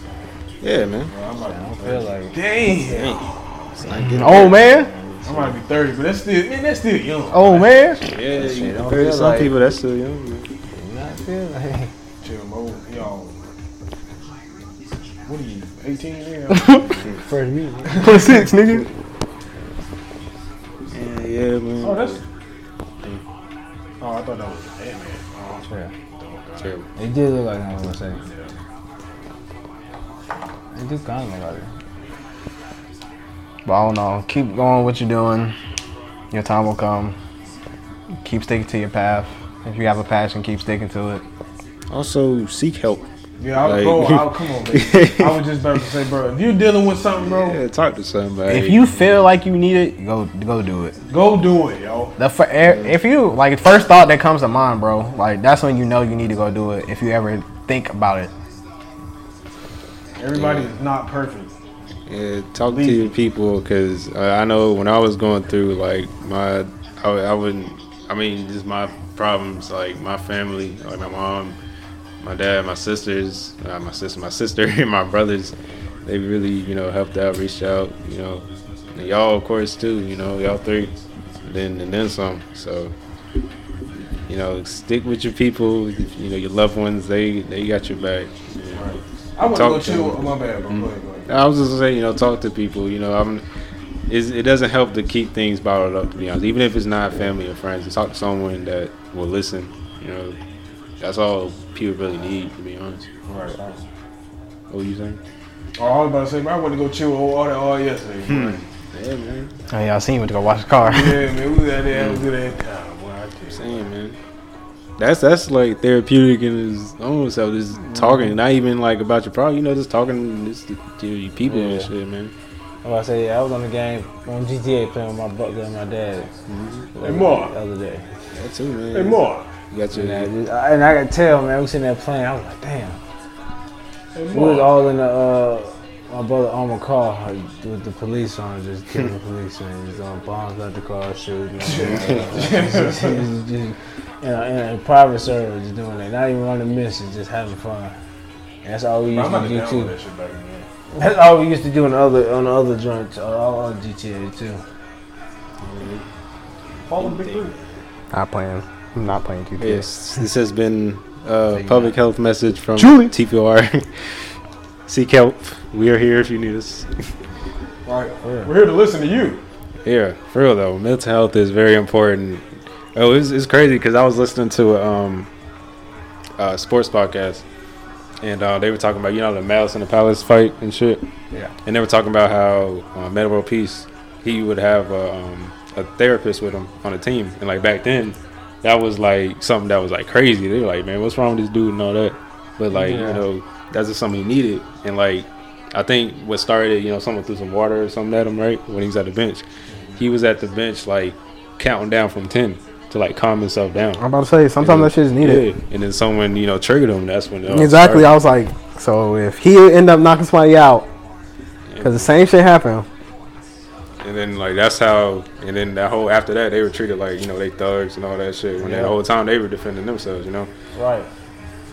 S1: Yeah, man.
S4: Bro, I'm about
S5: I
S4: to
S5: don't feel like it.
S4: Damn.
S1: It's not getting
S3: Oh man.
S4: I might be 30, but that's still, man, that's still young.
S3: Oh man.
S5: (laughs)
S1: Yeah, you
S5: don't
S1: compared to
S5: feel
S1: some
S5: like-
S1: people that's still young. Man.
S5: I feel like (laughs)
S4: Chill mode. Yo. What are you, 18? Yeah.
S5: First meeting.
S3: Twenty six, nigga.
S5: Yeah, yeah, man.
S4: oh, that's. Oh, I thought that was. Damn it. Oh,
S5: Yeah.
S6: Terrible.
S5: It did look like I was gonna say. It do kind of look like it.
S3: But I don't know. Keep going what you're doing. Your time will come. Keep sticking to your path. If you have a passion, keep sticking to it.
S1: Also, seek help.
S4: yeah, I,
S1: Like-
S4: bro, I, come on, man. I was just about to say, bro, if you're dealing with something, bro,
S1: (laughs) Yeah, talk to somebody.
S3: If you feel like you need it, go go do it.
S4: go do it, yo.
S3: The fir- if you like first thought that comes to mind, bro, like that's when you know you need to go do it. If you ever think about it,
S4: Everybody is not perfect.
S1: Yeah, talk to
S4: Leave.
S1: your people because uh, I know when I was going through like my, I, I wouldn't, I mean, just my problems like my family, like my mom, my dad, my sisters, uh, my sister, my sister, (laughs) and my brothers. They really, you know, helped out, reached out, you know, and y'all of course too, you know, y'all three, then and then some. So, you know, stick with your people. You know, your loved ones, they they got your back. you know.
S4: I want to
S1: Talk
S4: go
S1: to
S4: chill.
S1: them.
S4: My bad, bro. Go ahead, go ahead.
S1: I was just gonna say, you know, talk to people. You know, I'm. It's, it doesn't help to keep things bottled up, to be honest. Even if it's not family or friends, talk to someone that will listen. You know, that's all people really need, to be honest.
S4: Right, right.
S1: What were you saying?
S4: Oh, I was about to say, bro, I want to go chill with all that all yesterday. bro.
S1: Hmm. Yeah, man.
S3: oh, yeah, I seen you went to go wash the car.
S4: yeah, man, we was out there having a good
S1: Hmm.
S4: ass time, boy. I tell you.
S1: Same, man. That's that's like therapeutic in its own self. Just talking, not even like about your problem. You know, just talking just to your people and
S5: Yeah.
S1: shit, man.
S5: I'm about to say, yeah, I was on the game on GTA playing with my brother and my dad.
S4: Hey, Ma.
S5: The other day.
S1: That too, man.
S4: Hey, Ma.
S1: You got your
S5: And I, just, I, and I could tell, man, we sitting there playing. I was like, damn.
S4: Hey,
S5: We was
S4: Ma.
S5: all in the, uh, my brother on my car with the police on, just killing
S4: (laughs)
S5: the police, and just on bombs out the car, shooting. (laughs) just, just, just, you know, in a private server, just doing that. Not even on the mission, just having fun. And that's all we
S4: Bro,
S5: used
S4: I'm about to
S5: to do
S4: download
S5: too.
S4: that shit back, man.
S5: That's all we used to do on the other on the other joints, on all on GTA too.
S4: Follow Big Blue.
S3: Not playing. I'm not playing GTA.
S1: Yes, this has been a public health message from TPR. (laughs) Seek help. We are here if you need us.
S4: Right. We're here to listen to you.
S1: Yeah, for real though, mental health is very important. Oh, it's, it's crazy because I was listening to um, a uh, sports podcast, and uh, they were talking about you know the Mouse and the Palace fight and shit.
S5: Yeah.
S1: And they were talking about how uh, Metal World Peace he would have a, um, a therapist with him on the team, and like back then, that was like something that was like crazy. They were like, man, what's wrong with this dude and all that. But like you know, that's just something he needed, and like I think what started, you know, someone threw some water or something at him, right? When he was at the bench. He was at the bench like counting down from ten to like calm himself down.
S3: I'm about to say sometimes that shit is needed.
S1: Yeah. And then someone, you know, triggered him. That's
S3: Oh,
S1: when uh, it all
S3: Exactly.
S1: started.
S3: I was like, so if he end up knocking somebody out, because the same shit happened.
S1: And then like that's how and then that whole after that they were treated like, you know, they thugs and all that shit. When the whole time they were defending themselves, you know.
S5: Right.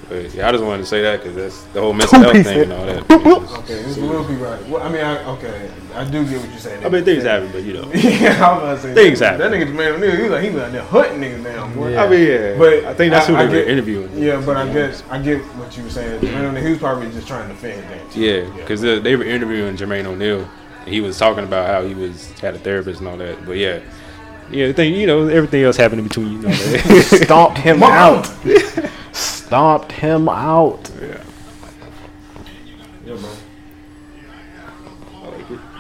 S1: But yeah, I just wanted to say that because that's the whole mental health thing and all that. you know, it's-
S4: Okay,
S3: (laughs)
S4: this will be right. Well, I mean, I, okay, I do get what you're saying.
S1: I mean things happen, but you know.
S4: yeah, I'm about to say
S1: Things
S4: that. That
S1: happen.
S4: nigga's man, nigga, he was like he was out there hunting niggas down, boy.
S1: I mean yeah.
S4: But
S1: But I think that's
S4: I-
S1: who
S4: I
S1: they were
S4: get-
S1: interviewing.
S4: Yeah, but I guess I get what you were saying. Man, he was probably just trying to defend things.
S1: Yeah, because they were interviewing Jermaine O'Neal, and he was talking about how he was had a therapist and all that. But yeah, yeah, the thing you know, everything else happened in between. You
S3: (laughs)
S1: know, that. (laughs)
S3: Stomped him out. Stomped him out.
S4: Yeah, bro.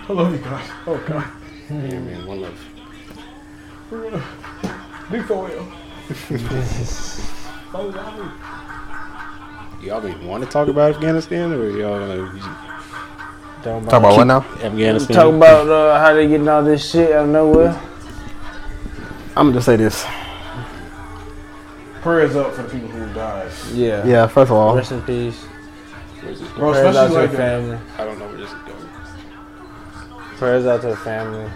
S4: I love you guys. Oh God,
S1: yeah, man, one love.
S4: big four (laughs) L.
S1: Y'all even want to talk about Afghanistan or y'all gonna
S5: Talking
S3: Talk about what now?
S1: Afghanistan?
S5: Talk about uh, how they getting all this shit out of nowhere.
S3: I'm gonna just say this.
S4: Prayers up for the people who died,
S5: Yeah.
S3: Yeah, first of all,
S5: Rest in peace.
S1: Where's this going?
S4: bro.
S5: Prayers out to
S4: Especially
S5: her
S4: like that.
S5: family.
S1: I don't know where this is going.
S5: Prayers out to her family.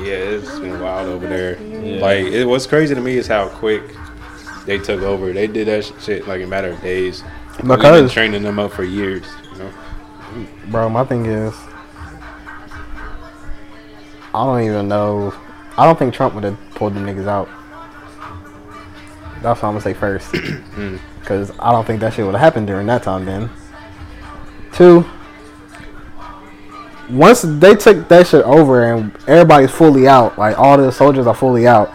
S1: Yeah, it's been wild over there. Like, it, what's crazy to me is how quick they took over. They did that shit like in a matter of days. We've been
S3: because
S1: training them up for years. You know,
S3: Bro, my thing is, I don't even know. I don't think Trump would have pulled them niggas out. That's what I'm gonna say first. Because I don't think that shit would have happened during that time then. Two, once they took that shit over and everybody's fully out, like all the soldiers are fully out,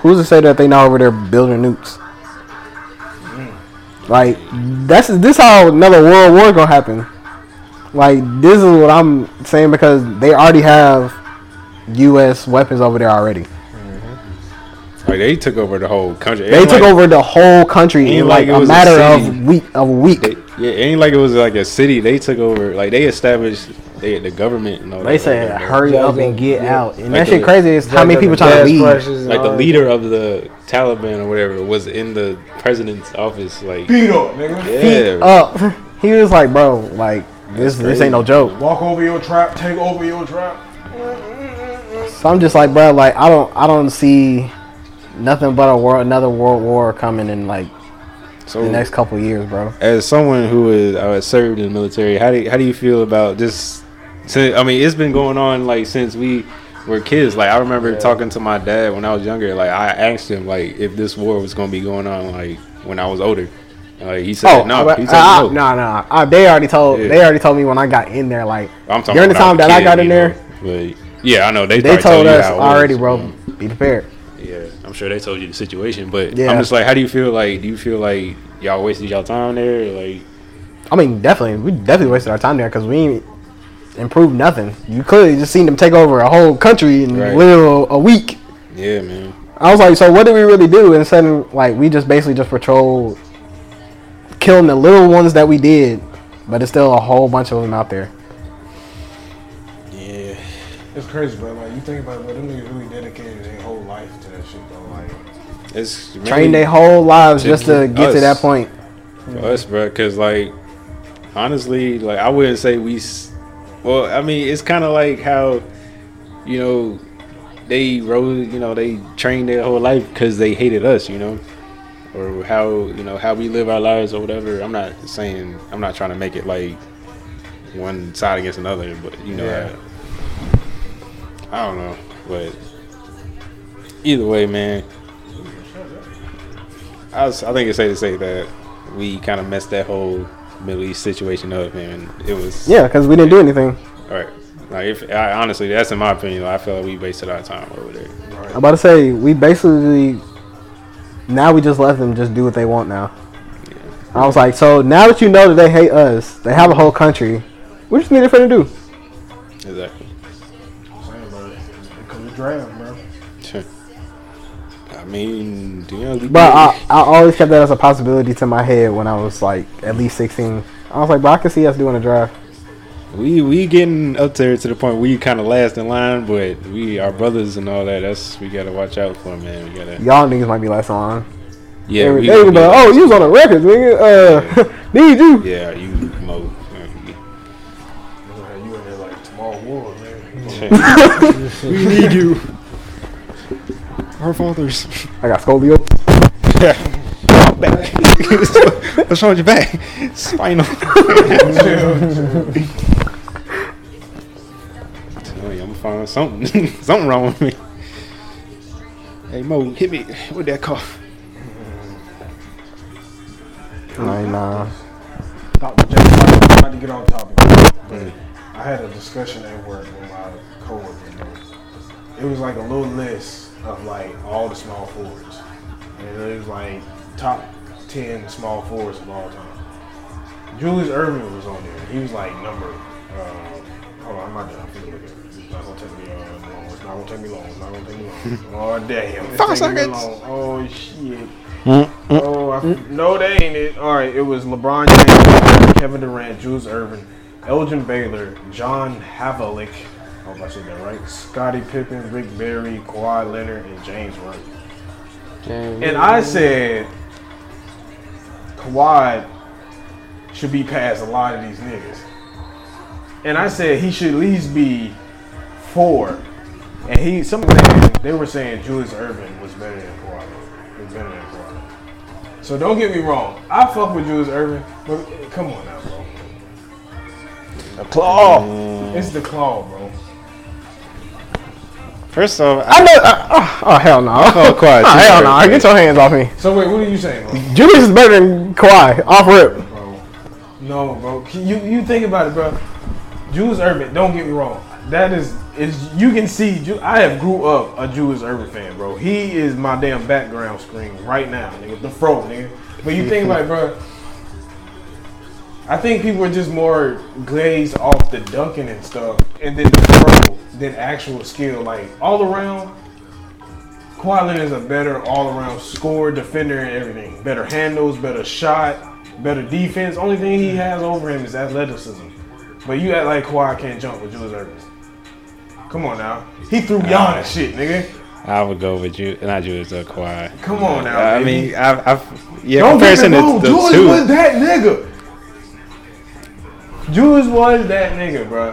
S3: who's to say that they not over there building nukes? Like that's this how another world war gonna happen. Like this is what I'm saying because they already have U.S. weapons over there already.
S1: Like they took over the whole country.
S3: They
S1: Ain't
S3: took
S1: like-
S3: over the whole country in
S1: ain't like
S3: like,
S1: it
S3: a
S1: was a
S3: matter
S1: city.
S3: of week of a week.
S1: They, yeah, it ain't like it was like a city. They took over. Like they established they, the government. And all
S3: They
S1: that.
S3: said,
S1: Like,
S3: "Hurry
S5: Juggle,
S3: up and get
S5: yeah.
S3: out." And
S1: Like
S3: that shit
S1: the-
S3: crazy is how many people trying to leave.
S1: the- Like the leader of the Taliban or whatever was in the president's office. Like
S4: Beat up, nigga.
S1: yeah,
S3: Up, uh, (laughs) he was like, "Bro, like this, this
S1: crazy.
S3: ain't no joke."
S4: Walk over your trap, take over your trap.
S3: So I'm just like, bro, like I don't, I don't see nothing but a world, another world war coming in like
S1: so
S3: the next couple years, bro.
S1: as someone who is uh, served in the military, how do you, how do you feel about this? Since, I mean, it's been going on like since we were kids. Like I remember talking to my dad when I was younger. Like I asked him like if this war was going to be going on like when I was older. And, Like he said,
S3: Oh
S1: no,
S3: no,
S1: he said,
S3: no,
S1: no.
S3: no, I- Ah, they already told,
S1: Yeah.
S3: they already told me when I got in there, like
S1: I'm talking
S3: during the
S1: when
S3: time
S1: was a
S3: that I
S1: kid,
S3: got in
S1: you
S3: there,
S1: know, But yeah, I know they,
S3: they
S1: probably
S3: told
S1: you
S3: us
S1: how it was.
S3: already, bro, be prepared.
S1: Yeah, I'm sure they told you the situation, but
S3: Yeah.
S1: I'm just like, how do you feel? Like, do you feel like y'all wasted y'all time there? Like,
S3: I mean, definitely, we definitely wasted our time there because we ain't improved nothing. You clearly just seen them take over a whole country in
S1: Right.
S3: literally a week.
S1: yeah, man.
S3: I was like, so what did we really do? And suddenly, like, we just basically just patrolled, killing the little ones that we did, but there's still a whole bunch of them out there.
S4: Yeah. It's crazy, bro. Like you think about it, bro, them niggas really dedicated their whole life to that shit though. Like
S1: It's
S3: Trained
S1: really-
S3: their whole lives just to
S1: Just
S3: get to
S1: us.
S3: that point.
S1: for us, bro. Because like, honestly, like I wouldn't say we. s- Well, I mean, it's kind of like how, you know, they rose. You know, they trained their whole life because they hated us. You know, or how you know how we live our lives or whatever. I'm not saying I'm not trying to make it like one side against another, but you know, I, I don't know, but either way, man. I, was, I think it's safe to say that we kind of messed that whole Middle East situation up, and it was
S3: Yeah, because we didn't do anything.
S1: All right, like if I, honestly, that's in my opinion. I feel like we wasted our time over there.
S3: I'm about to say we basically now we just let them just do what they want now. I was like, so now that you know that they hate us, they have a whole country. What you need it for them to do?
S1: Exactly. (laughs)
S4: I'm saying, bro, because it's draft, bro.
S1: Sure. I mean, do you know? we
S3: But
S1: did-
S3: I, I always kept that as a possibility to my head when I was like at least 16. I was like, bro, I can see us doing a draft.
S1: we we getting up there to the point we kind of last in line, but we our brothers and all that. That's we gotta watch out for, man. We gotta.
S3: Y'all niggas might be less on.
S1: Yeah,
S3: they
S1: we,
S3: they
S1: we-
S3: be like, oh, you was on the records, nigga. Uh, (laughs) need you.
S1: yeah, you
S3: (laughs)
S1: mo. (laughs)
S4: Look at You in there like tomorrow war, man.
S1: We need you. Our fathers.
S3: I got scoliosis.
S1: back. What's wrong with your back? Spinal. Oh, Tell you, I'm find something. (laughs) something wrong with me. Hey Mo, hit me with that cough.
S3: Like, nah.
S4: Thought the Jay White was about to get on topic. But I had a discussion at work with my coworker. bro. It was like a little list of like all the small forwards, and it was like top ten small forwards of all time. Julius Irvin was on there. He was like number. Uh, hold on, I'm not done. I'm finna look at it. It's not gonna take me uh, long. It's not gonna take me long. It's not gonna take me
S1: (laughs)
S4: long. oh damn! It's
S1: Five
S4: taking me
S1: seconds.
S4: long. Oh shit. Oh, I, no, that ain't it. All right, it was LeBron James, Kevin Durant, Jules Irvin, Elgin Baylor, John Havlicek. I hope I said that right. Scottie Pippen, Rick Barry, Kawhi Leonard, and James Worthy. And I said, Kawhi should be past a lot of these niggas. And I said he should at least be four. And he, some saying, they were saying Julius Irvin was better than Kawhi. Was better than Kawhi. So don't get me wrong. I fuck with Julius Irvin, but come on now, bro. The claw. It's the claw, bro.
S1: First off,
S3: I know. I, oh, oh, hell no.
S1: Oh, Kawhi,
S3: (laughs) Oh,
S1: too
S3: hell
S1: bad,
S3: no.
S1: man.
S3: Get your hands off me.
S4: So wait, what are you saying, bro?
S3: Julius is better than Kawhi. Off rip.
S4: bro? No, bro. Can You you think about it, bro. Julius Irvin. Don't get me wrong. That is is you can see. Ju- I have grew up a Julius Irvin fan, bro. He is my damn background screen right now, nigga. The fro, nigga. But you think about it, bro. I think people are just more glazed off the dunking and stuff, and then the throw than actual skill. Like all around, Kawhi Leonard is a better all-around scorer, defender, and everything. Better handles, better shot, better defense. Only thing he has over him is athleticism. But you act like Kawhi can't jump with Julius Irvin. Come on now, he threw Giannis shit, nigga.
S1: I would go with you, not Julius, uh, Kawhi.
S4: Come on now.
S1: I
S4: baby.
S1: mean, I've, I've yeah,
S4: Don't get
S1: comparison
S4: me
S1: to
S4: wrong,
S1: the
S4: Julius
S1: two.
S4: was that nigga. Julius was that nigga, bro.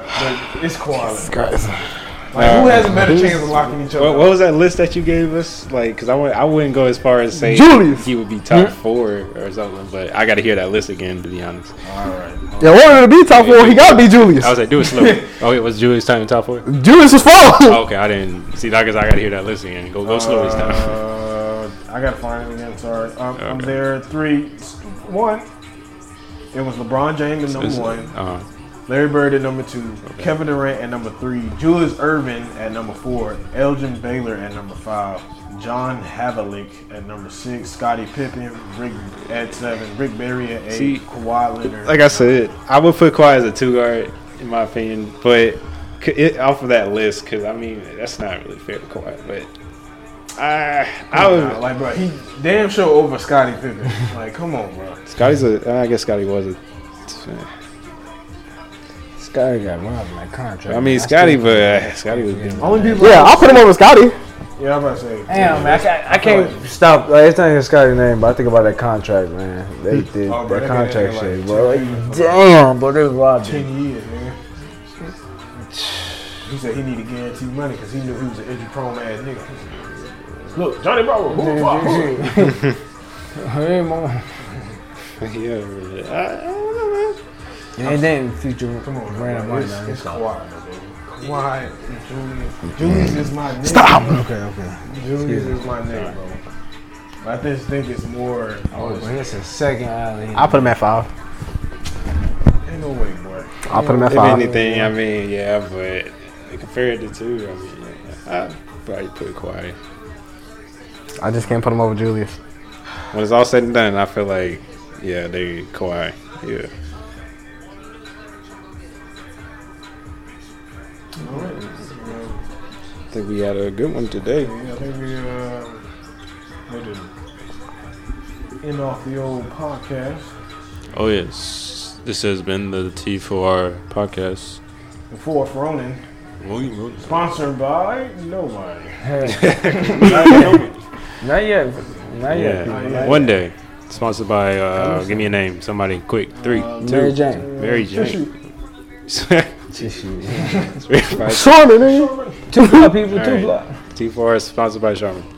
S4: But it's Kawhi. Leonard. Like, who has a better chance of locking each other?
S1: What, what was that list that you gave us? Like, because I w- I wouldn't go as far as saying
S3: Julius.
S1: he would be top four or something, but I got to hear that list again, to be honest.
S3: Yeah, wanted to be top four. Oh, He gotta be Julius.
S1: I was like, do it slow.
S3: (laughs)
S1: oh, it was Julius time in top four?
S3: Julius was four.
S1: Oh, okay, I didn't. See, I guess I got to hear that list again. Go, go slow this time.
S4: Uh, (laughs) I gotta find it again. Sorry, um, I'm
S1: Okay.
S4: there. Three, one. It was LeBron James at number one,
S1: Uh,
S4: Larry Bird at number two, Kevin Durant at number three, Julius Irvin at number four, Elgin Baylor at number five, John Havlicek at number six, Scottie Pippen, Rick at seven, Rick Barry at eight,
S1: See,
S4: Kawhi Leonard.
S1: like I said, I would put Kawhi as a two guard, in my opinion, but c- it, off of that list, because I mean, that's not really fair to Kawhi, but I,
S3: Oh,
S1: I would.
S4: Nah, like, bro, he damn sure over Scottie Pippen. like, come on, bro.
S1: Scotty's a. I guess Scotty was a.
S5: Scotty got robbed my contract.
S1: I mean,
S5: still-
S1: Scotty, but uh, Scotty was good.
S4: Only people.
S3: Yeah, I'll put him over Scotty.
S4: Yeah, I'm about to say.
S5: Damn, man, I, ca- I can't stop. uh, Like, it's not even Scotty's name, but I think about that contract, man. They did
S4: Oh, bro,
S5: that
S4: that man,
S5: contract
S4: like,
S5: shit,
S4: two
S5: bro. Like,
S4: years.
S5: damn, bro, they was robbing.
S4: Ten years, man. He said he needed guaranteed money because he knew he was an injury prone ass nigga. Look, Johnny Bravo, who the fuck?
S5: (laughs)
S4: who?
S5: Hey, man.
S1: Yeah, uh, I, I don't know, man.
S5: And then future
S4: Come on,
S5: ran up
S4: man.
S5: on
S4: It's,
S5: that.
S4: it's Kawhi, man, baby. Kawhi, and Julius. Julius is my nigga. Stop!
S5: Okay, okay.
S4: Julius is my nigga, bro. But I just think it's more.
S5: Oh,
S4: Oh,
S5: but it's a second alley.
S3: I'll put him at five.
S4: ain't no way, boy.
S3: I'll put him at
S1: If
S3: five.
S1: anything, I mean, yeah, but compared to two, I mean, yeah, I probably put Kawhi.
S3: I just can't put him over Julius.
S1: When it's all said and done, I feel like, yeah, they Kawhi. Yeah.
S4: All right. Yeah,
S1: I think we had a good one today.
S4: I think we, uh, what did we- uh, End off the old podcast.
S7: Oh yes, this has been the T4R podcast.
S4: The fourth Ronin.
S7: William Roden.
S4: Sponsored by nobody.
S5: Not yet. Not yet. people.
S7: Yeah, one day. Sponsored by. Uh, give me a name, somebody quick. Three,
S1: Uh,
S7: two.
S5: Mary Jane.
S7: Mary Jane. (laughs)
S5: Tissue.
S1: It's verified.
S3: Sorry, nigga.
S5: Two block
S1: All
S5: people,
S1: right.
S5: two block.
S1: T4 is sponsored by Sharman.